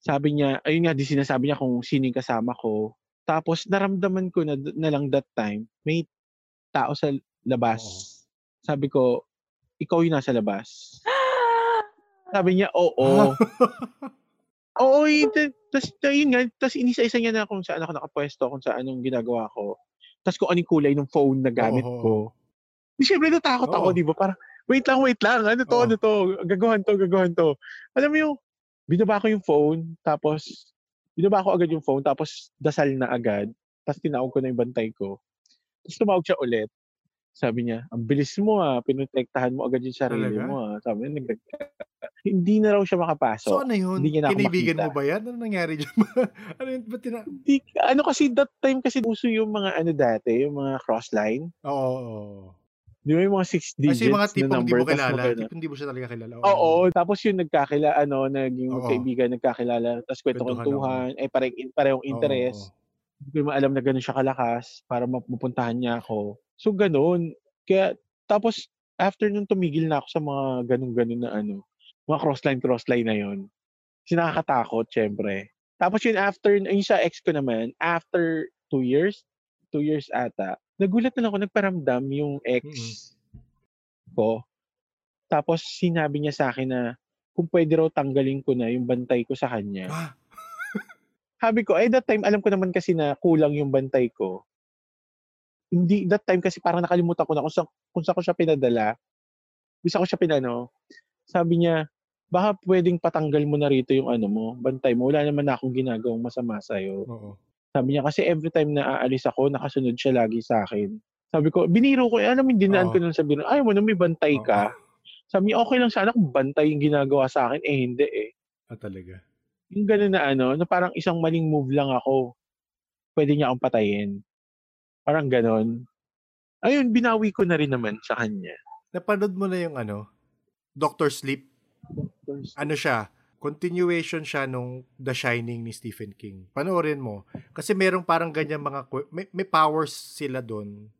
Speaker 3: Sabi niya, ayun nga, di sinasabi niya kung sino yung kasama ko. Tapos naramdaman ko na, na lang that time, may tao sa labas.
Speaker 2: Oo.
Speaker 3: Sabi ko, ikaw yung nasa labas. Sabi niya, oo. oo, eh, tapos yun nga, tapos inisa-isa niya na kung saan ako nakapwesto, kung saan anong ginagawa ko. Tapos kung anong kulay ng phone na gamit
Speaker 2: Oo.
Speaker 3: ko. Di syempre natakot ako,
Speaker 2: Oo.
Speaker 3: di ba? Parang, wait lang, wait lang. Ano to,
Speaker 2: Oo.
Speaker 3: ano to? Gagawan to, gagawan to. Alam mo yung, binaba ko yung phone, tapos, binaba ko agad yung phone, tapos dasal na agad. Tapos tinawag ko na yung bantay ko. Tapos tumawag siya ulit. Sabi niya, ang bilis mo ah, pinotektahan mo agad yung sarili
Speaker 2: Talaga?
Speaker 3: mo ah. Sabi niya, nag- hindi na raw siya makapasok.
Speaker 2: So, ano yun?
Speaker 3: hindi niya na ako
Speaker 2: Kinibigan
Speaker 3: makita.
Speaker 2: mo ba yan? Ano nangyari dyan? ano yun? Ba't tina...
Speaker 3: Di- ano kasi that time kasi uso yung mga ano dati, yung mga crossline.
Speaker 2: Oo. Oh,
Speaker 3: Di ba yung mga six digits
Speaker 2: Kasi yung mga
Speaker 3: na
Speaker 2: tipong di
Speaker 3: number.
Speaker 2: mo
Speaker 3: tas
Speaker 2: kilala.
Speaker 3: magano.
Speaker 2: Tipong di mo siya talaga kilala.
Speaker 3: Oo, tapos yung nagkakila, ano, naging
Speaker 2: Oo.
Speaker 3: magkaibigan, nagkakilala, tapos
Speaker 2: Kwentuhan
Speaker 3: kwento-kwentuhan, ay parehong, eh, parehong interest. Hindi ko naman alam na ganun siya kalakas para map- mapuntahan niya ako. So, ganun. Kaya, tapos, after nung tumigil na ako sa mga ganun-ganun na ano, mga crossline-crossline na yon Kasi nakakatakot, syempre. Tapos yun after, yung sa ex ko naman, after two years, two years ata, nagulat na lang ako, nagparamdam yung ex
Speaker 2: Mhm.
Speaker 3: ko. Tapos sinabi niya sa akin na, kung pwede raw tanggalin ko na yung bantay ko sa kanya.
Speaker 2: Ah.
Speaker 3: Sabi ko, eh that time, alam ko naman kasi na kulang yung bantay ko. Hindi, that time kasi parang nakalimutan ko na kung saan, kung saan ko siya pinadala. Kung saan ko siya pinano. Sabi niya, baka pwedeng patanggal mo na rito yung ano mo, bantay mo. Wala naman na akong ginagawang masama sa'yo.
Speaker 2: Oo.
Speaker 3: Sabi niya, kasi every time na aalis ako, nakasunod siya lagi sa akin. Sabi ko, biniro ko, eh, alam mo,
Speaker 2: Oo.
Speaker 3: dinaan ko nun sa biro, ayaw mo na may bantay
Speaker 2: Oo.
Speaker 3: ka. Sabi niya, okay lang sana kung bantay yung ginagawa sa akin. Eh, hindi eh
Speaker 2: Ah, talaga.
Speaker 3: yung gano'n na ano, na parang isang maling move lang ako, pwede niya akong patayin. Parang gano'n. Ayun, binawi ko na rin naman sa kanya.
Speaker 2: Napanood mo na yung ano, Doctor Sleep. Ano siya? Continuation siya nung The Shining ni Stephen King. Panoorin mo. Kasi merong parang ganyan mga, kwe- may, may powers sila doon.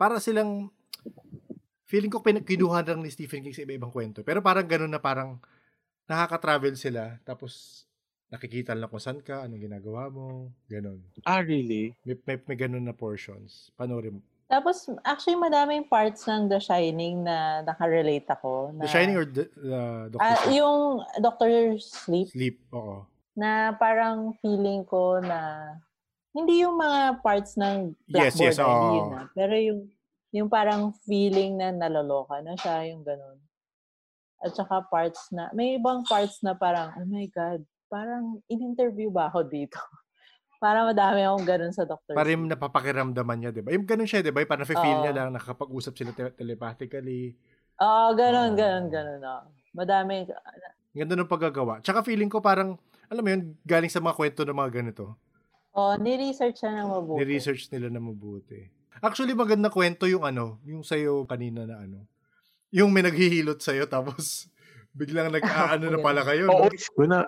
Speaker 2: Para silang, feeling ko pin- kinuha lang ni Stephen King sa iba-ibang kwento. Pero parang ganun na parang nakaka-travel sila. Tapos nakikita lang kung saan ka, anong ginagawa mo, ganun.
Speaker 3: Ah, really?
Speaker 2: May, may, may ganun na portions. Panoorin mo.
Speaker 4: Tapos, actually, madaming parts ng The Shining na nakarelate ako. Na,
Speaker 2: The Shining or the, the Doctor
Speaker 4: Ah,
Speaker 2: Sleep?
Speaker 4: yung Doctor Sleep
Speaker 2: Sleep, oo.
Speaker 4: na parang feeling ko na hindi yung mga parts ng
Speaker 2: Yes,
Speaker 4: blackboard
Speaker 2: yes,
Speaker 4: ah, hindi
Speaker 2: oo.
Speaker 4: yun na. Pero yung yung parang feeling na naloloka na siya, yung ganun. At saka parts na, may ibang parts na parang, oh my God, parang in-interview ba ako dito? Para madami akong ganun sa Dr.
Speaker 2: Para
Speaker 4: Sleep.
Speaker 2: yung napapakiramdaman niya, di ba? Yung ganun siya, di ba? Yung parang feel
Speaker 4: Oo.
Speaker 2: niya lang, nakakapag-usap sila te- telepathically.
Speaker 4: Oo, ganun,
Speaker 2: Oo.
Speaker 4: ganun, ganun. Oh. Madami,
Speaker 2: Ganda ng paggagawa. Tsaka feeling ko parang, alam mo yun, galing sa mga kwento ng mga ganito.
Speaker 4: oh, ni-research siya ng mabuti.
Speaker 2: Ni-research nila na mabuti. Actually, maganda kwento yung ano, yung sa'yo kanina na ano. Yung may naghihilot sa'yo, tapos biglang nag-aano na pala kayo.
Speaker 3: Oo,
Speaker 2: no?
Speaker 3: yun na.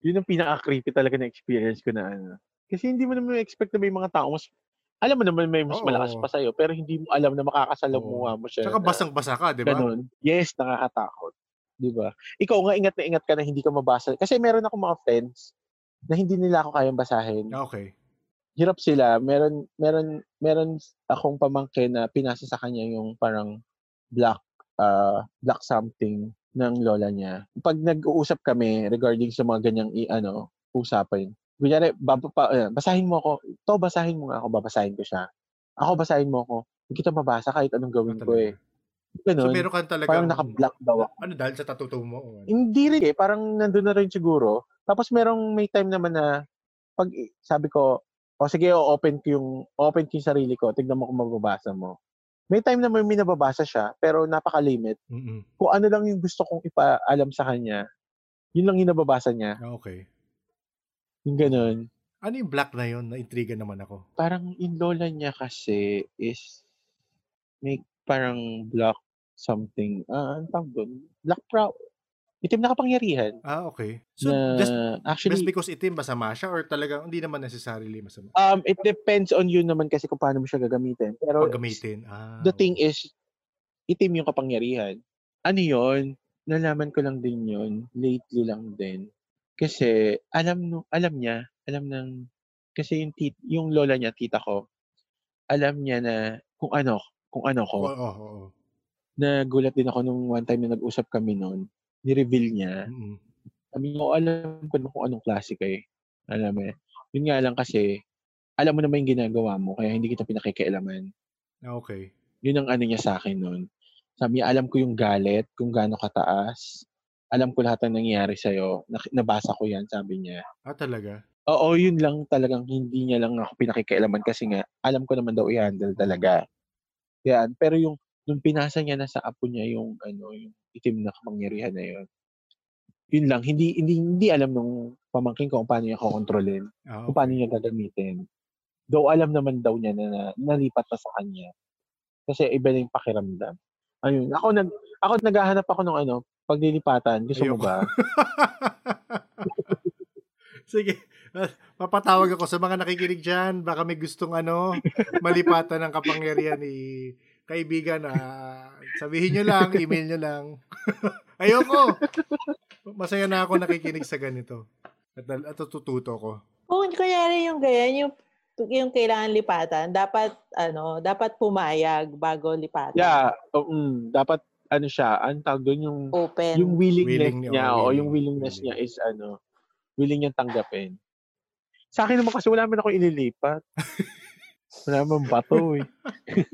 Speaker 3: Yun ang pinaka-creepy talaga na experience ko na ano. Kasi hindi mo naman expect na may mga tao mas alam mo naman may mas
Speaker 2: Oo.
Speaker 3: malakas pa sa'yo, pero hindi mo alam na makakasalamuha mo siya.
Speaker 2: Tsaka
Speaker 3: na-
Speaker 2: basang-basa ka, di ba?
Speaker 3: Ganon. Yes, nakakatakot. Di ba? Ikaw nga, ingat na ingat ka na hindi ka mabasa. Kasi meron akong mga friends na hindi nila ako kayang basahin.
Speaker 2: Ah, Okay.
Speaker 3: Hirap sila. Meron, meron, meron akong pamangkin na pinasa sa kanya yung parang black, ah, black something ng lola niya. Pag nag-uusap kami regarding sa mga ganyang i- ano, usapan, kunyari, bab- pa- eh, basahin mo ako. To, basahin mo nga ako. Babasahin ko siya. Ako, basahin mo ako. Hindi kita mabasa kahit anong
Speaker 2: Ah,
Speaker 3: gawin ko
Speaker 2: talaga.
Speaker 3: eh. Ganon.
Speaker 2: So, meron ka talaga,
Speaker 3: Parang naka-block daw ako.
Speaker 2: ano, dahil sa tattoo mo? o ano?
Speaker 3: Hindi rin eh. Parang nandun na rin siguro. Tapos merong may time naman na pag sabi ko, o sige, o open ko yung, open ko yung sarili ko. Tignan mo kung mababasa mo. May time naman may nababasa siya, pero napakalimit.
Speaker 2: Mm-mm.
Speaker 3: Kung ano lang yung gusto kong ipaalam sa kanya, yun lang yung nababasa niya.
Speaker 2: Ah, Okay.
Speaker 3: Yung ganun.
Speaker 2: Ano yung black na yun? Naintriga naman ako.
Speaker 3: Parang yung lola niya kasi is may parang black something. Ah, ano tawag doon? Black proud. Itim na kapangyarihan.
Speaker 2: Ah, okay. So,
Speaker 3: na,
Speaker 2: just,
Speaker 3: actually,
Speaker 2: just because itim, masama siya or talagang hindi naman necessarily masama?
Speaker 3: um, it depends on you naman kasi kung paano mo siya gagamitin. Pero
Speaker 2: Pag gamitin. Ah,
Speaker 3: the thing is, itim yung kapangyarihan. Ano yon? Nalaman ko lang din yon Lately lang din. Kasi alam no, alam niya, alam ng kasi yung tit, yung lola niya, tita ko, alam niya na kung ano, kung ano ko.
Speaker 2: Oo, oo, oo.
Speaker 3: Nagulat din ako nung one time na nag-usap kami noon. Ni-reveal niya
Speaker 2: Mm-mm.
Speaker 3: sabi ko, Ano, alam ko na kung anong klase ka eh. Alam mo eh. Yun nga lang kasi, alam mo naman yung ginagawa mo, kaya hindi kita pinakikialaman.
Speaker 2: Ah, okay.
Speaker 3: Yun ang ano niya sa akin noon. Sabi niya, alam ko yung galit, kung gaano kataas. Alam ko lahat ng nangyayari sa'yo. Nak- Nabasa ko yan, sabi niya.
Speaker 2: Ah, talaga?
Speaker 3: Oo, yun lang talagang hindi niya lang ako pinakikialaman kasi nga, alam ko naman daw i-handle talaga. Yan. Pero yung, nung pinasa niya na sa apo niya yung, ano, yung itim na kapangyarihan na yun, yun lang, hindi, hindi, hindi alam nung pamangkin ko kung paano niya kukontrolin,
Speaker 2: Ah,
Speaker 3: kung paano niya gagamitin. Though alam naman daw niya na, na nalipat na sa kanya. Kasi iba na yung pakiramdam. Ayun, ako nag ako naghahanap ako ng ano, paglilipatan. Gusto mo
Speaker 2: Ayoko.
Speaker 3: ba?
Speaker 2: Sige. Ah, Papatawag ako sa mga nakikinig dyan. Baka may gustong ano, malipatan ng kapangyarihan ni kaibigan na sabihin nyo lang, email nyo lang. Ayoko! Masaya na ako nakikinig sa ganito. At, nal- at natututo ko.
Speaker 4: Kung kunyari yung ganyan, yung yung kailangan lipatan, dapat ano, dapat pumayag bago lipatan.
Speaker 3: Yeah, um, dapat ano siya, ang tawag doon yung
Speaker 4: Open.
Speaker 3: yung willingness
Speaker 2: Willing niya,
Speaker 3: niya
Speaker 2: oh,
Speaker 3: o yung
Speaker 2: willing,
Speaker 3: willingness
Speaker 2: willing.
Speaker 3: niya is ano, willing niyang tanggapin. Sa akin naman kasi wala man ako inilipat. wala man bato eh.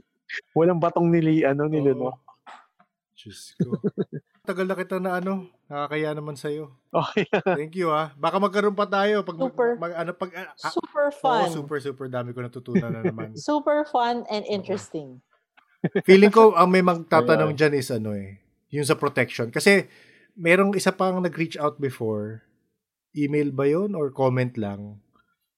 Speaker 3: Walang batong nili ano
Speaker 2: Oo.
Speaker 3: nilunok.
Speaker 2: Oh. Diyos ko. Tagal na kita na ano, nakakaya naman sa'yo.
Speaker 3: Okay.
Speaker 2: Thank you ah. Baka magkaroon pa tayo pag mag-
Speaker 4: Super.
Speaker 2: mag- ano pag ah, ah,
Speaker 4: super
Speaker 2: oo,
Speaker 4: fun.
Speaker 2: super
Speaker 4: super.
Speaker 2: super dami ko natutunan na naman.
Speaker 4: fun and interesting.
Speaker 2: Feeling ko ang may magtatanong dyan is ano eh, yung sa protection. Kasi merong isa pang nag-reach out before, email ba yon or comment lang,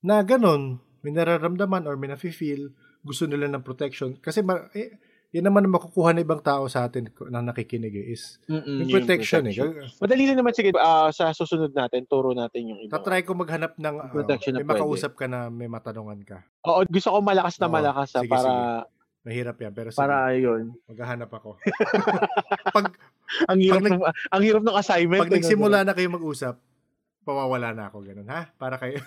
Speaker 2: na ganun, may nararamdaman or may nafe-feel, gusto nila ng protection. Kasi ma- eh, yan naman ang makukuha ng ibang tao sa atin na nakikinig eh, is yung
Speaker 3: Mm-mm, yun yung
Speaker 2: protection, eh.
Speaker 3: Madali na naman sige ah, sa susunod natin turo natin yung iba.
Speaker 2: Tatry ko maghanap ng ah,
Speaker 3: Protection na
Speaker 2: may
Speaker 3: pwede.
Speaker 2: makausap ka na may matanungan ka.
Speaker 3: Oo, gusto ko malakas na
Speaker 2: Oo,
Speaker 3: malakas ah,
Speaker 2: sige,
Speaker 3: para
Speaker 2: Mahirap yan pero sige,
Speaker 3: para yun.
Speaker 2: maghahanap ako. pag
Speaker 3: Ang hirap
Speaker 2: nag-
Speaker 3: ng ang hirap ng assignment.
Speaker 2: pag
Speaker 3: eh, no?
Speaker 2: nagsimula na kayo mag-usap, pawawala na ako ganun ha? Para kayo.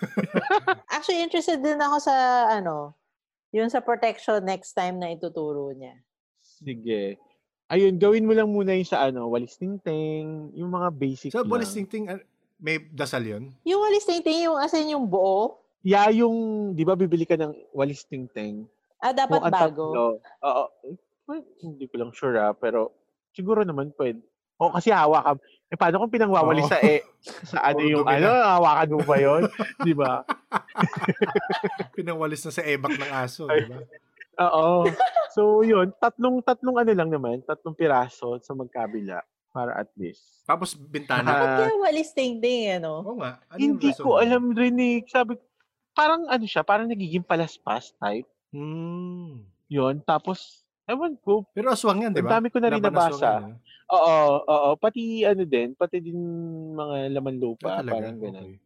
Speaker 4: Actually, interested din ako sa ano, yun sa protection next time na ituturo niya.
Speaker 3: Sige. Ayun, gawin mo lang muna yung sa ano, walis tingting, yung mga basic
Speaker 2: so,
Speaker 3: lang.
Speaker 2: bonus thing thing, ah, may dasal yun?
Speaker 4: Yung walis tingting, yung asin yung buo,
Speaker 3: Yeah, yung, di ba bibili ka ng walis tingting?
Speaker 4: ah, dapat
Speaker 3: Kung ang
Speaker 4: bago.
Speaker 3: tatlo- Oo. Well, hindi ko lang sure ah, pero siguro naman pwede. O kasi hawakan. Eh, paano kung pinangwawalis
Speaker 2: Oo.
Speaker 3: sa eh, sa ano
Speaker 2: Oo,
Speaker 3: yung,
Speaker 2: dumi
Speaker 3: ano, hawakan mo ba yun? di ba?
Speaker 2: Pinangwalis na sa ebak ng aso, di ba?
Speaker 3: Oo. So, yun, tatlong, tatlong ano lang naman, tatlong piraso sa magkabila para at least.
Speaker 2: Tapos bintana.
Speaker 4: Bakit
Speaker 3: Ah,
Speaker 4: kaya walis tingting, ano?
Speaker 2: Oo nga. Ano yung
Speaker 3: hindi
Speaker 2: rason
Speaker 3: ko
Speaker 2: nun?
Speaker 3: alam rin eh. Sabi, parang ano siya, parang nagiging palaspas type.
Speaker 2: Hmm.
Speaker 3: Yon Tapos, ewan ko,
Speaker 2: Pero aswang yan, di
Speaker 3: ang
Speaker 2: ba?
Speaker 3: dami ko na rin
Speaker 2: Laban aswang
Speaker 3: nabasa.
Speaker 2: yan, ah.
Speaker 3: Oo, oo, pati ano din, pati din mga laman
Speaker 2: Ah,
Speaker 3: lupa,
Speaker 2: talaga.
Speaker 3: parang ganun.
Speaker 2: Okay.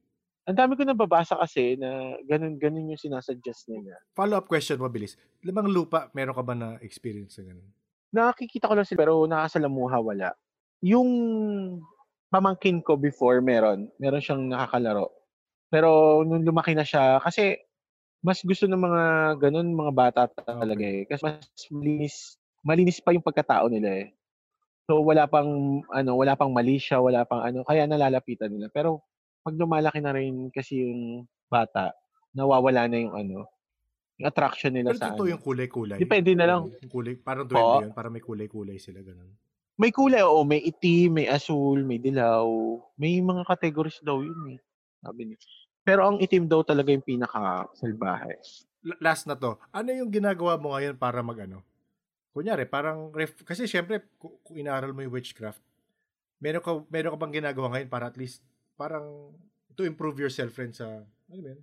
Speaker 3: Ang dami ko nababasa kasi na ganun, ganun yung sinasuggest nila.
Speaker 2: Follow-up question, mabilis. Lamang lupa, meron ka ba na experience na ganun?
Speaker 3: Nakikita ko lang sila, pero nakasalamuha wala. Yung pamangkin ko before meron, meron siyang nakakalaro. Pero nung lumaki na siya, kasi mas gusto ng mga ganun mga bata talaga eh. Kasi mas malinis, malinis pa yung pagkatao nila eh. So wala pang ano, wala pang mali siya, wala pang ano, kaya nalalapitan nila. Pero pag lumalaki na rin kasi yung bata, nawawala na yung ano, yung attraction nila
Speaker 2: Pero
Speaker 3: sa
Speaker 2: totoo
Speaker 3: ano.
Speaker 2: yung kulay-kulay.
Speaker 3: Depende na lang.
Speaker 2: Yung kulay, parang duwende
Speaker 3: Oo.
Speaker 2: yun, parang may kulay-kulay sila ganun.
Speaker 3: May kulay, oo, may itim, may asul, may dilaw. May mga categories daw yun eh. Sabi niya. Pero ang itim daw talaga yung pinaka-salbahe.
Speaker 2: L- last na to. Ano yung ginagawa mo ngayon para magano?
Speaker 5: Kunyari, parang, ref- kasi syempre, ku- kung inaaral mo yung witchcraft, meron ka, meron ka bang ginagawa ngayon para at least, parang, to improve yourself rin sa, ano yun,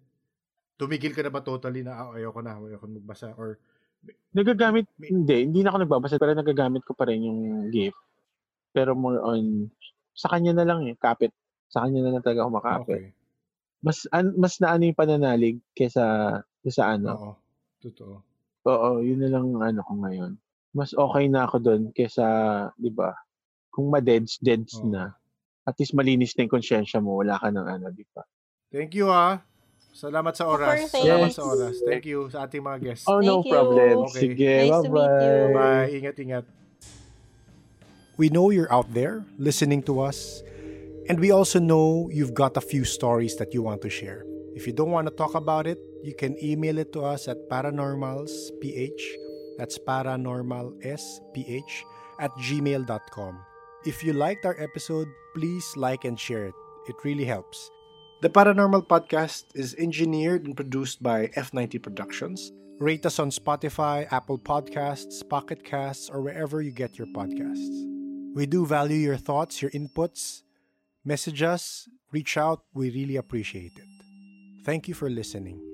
Speaker 5: tumigil ka na ba totally na, "Ah, ayoko na, ayoko na magbasa, or,
Speaker 3: Nagagamit,
Speaker 5: May-
Speaker 3: hindi, hindi na ako nagbabasa, pero nagagamit ko pa rin yung gift. Pero more on, sa kanya na lang eh, kapit. Sa kanya na lang talaga ako makapit.
Speaker 5: okay.
Speaker 3: Mas, an, mas naano yung pananalig kesa, kesa ano.
Speaker 5: Oo. Totoo.
Speaker 3: Oo, yun na lang ang ano ko ngayon. Mas okay na ako doon kesa, di ba, kung ma-deads, deads
Speaker 5: Oo.
Speaker 3: na. At least malinis na yung konsyensya mo, wala ka ng ano, di ba?
Speaker 5: Thank you ah. Salamat sa oras.
Speaker 4: course,
Speaker 5: Salamat
Speaker 3: thanks.
Speaker 5: sa oras. Thank you sa ating mga guests.
Speaker 3: Oh, no
Speaker 4: Thank you.
Speaker 3: problem.
Speaker 5: Okay.
Speaker 3: Sige,
Speaker 4: Nice to meet you.
Speaker 3: bye-bye.
Speaker 5: Bye. Ingat-ingat.
Speaker 2: We know you're out there listening to us, and we also know you've got a few stories that you want to share. If you don't want to talk about it, you can email it to us at paranormalsph, that's paranormalsph, at gmail.com. If you liked our episode, please like and share it. It really helps. The Paranormal Podcast is engineered and produced by F90 Productions. Rate us on Spotify, Apple Podcasts, Pocket Casts, or wherever you get your podcasts. We do value your thoughts, your inputs. Message us, reach out, we really appreciate it. Thank you for listening.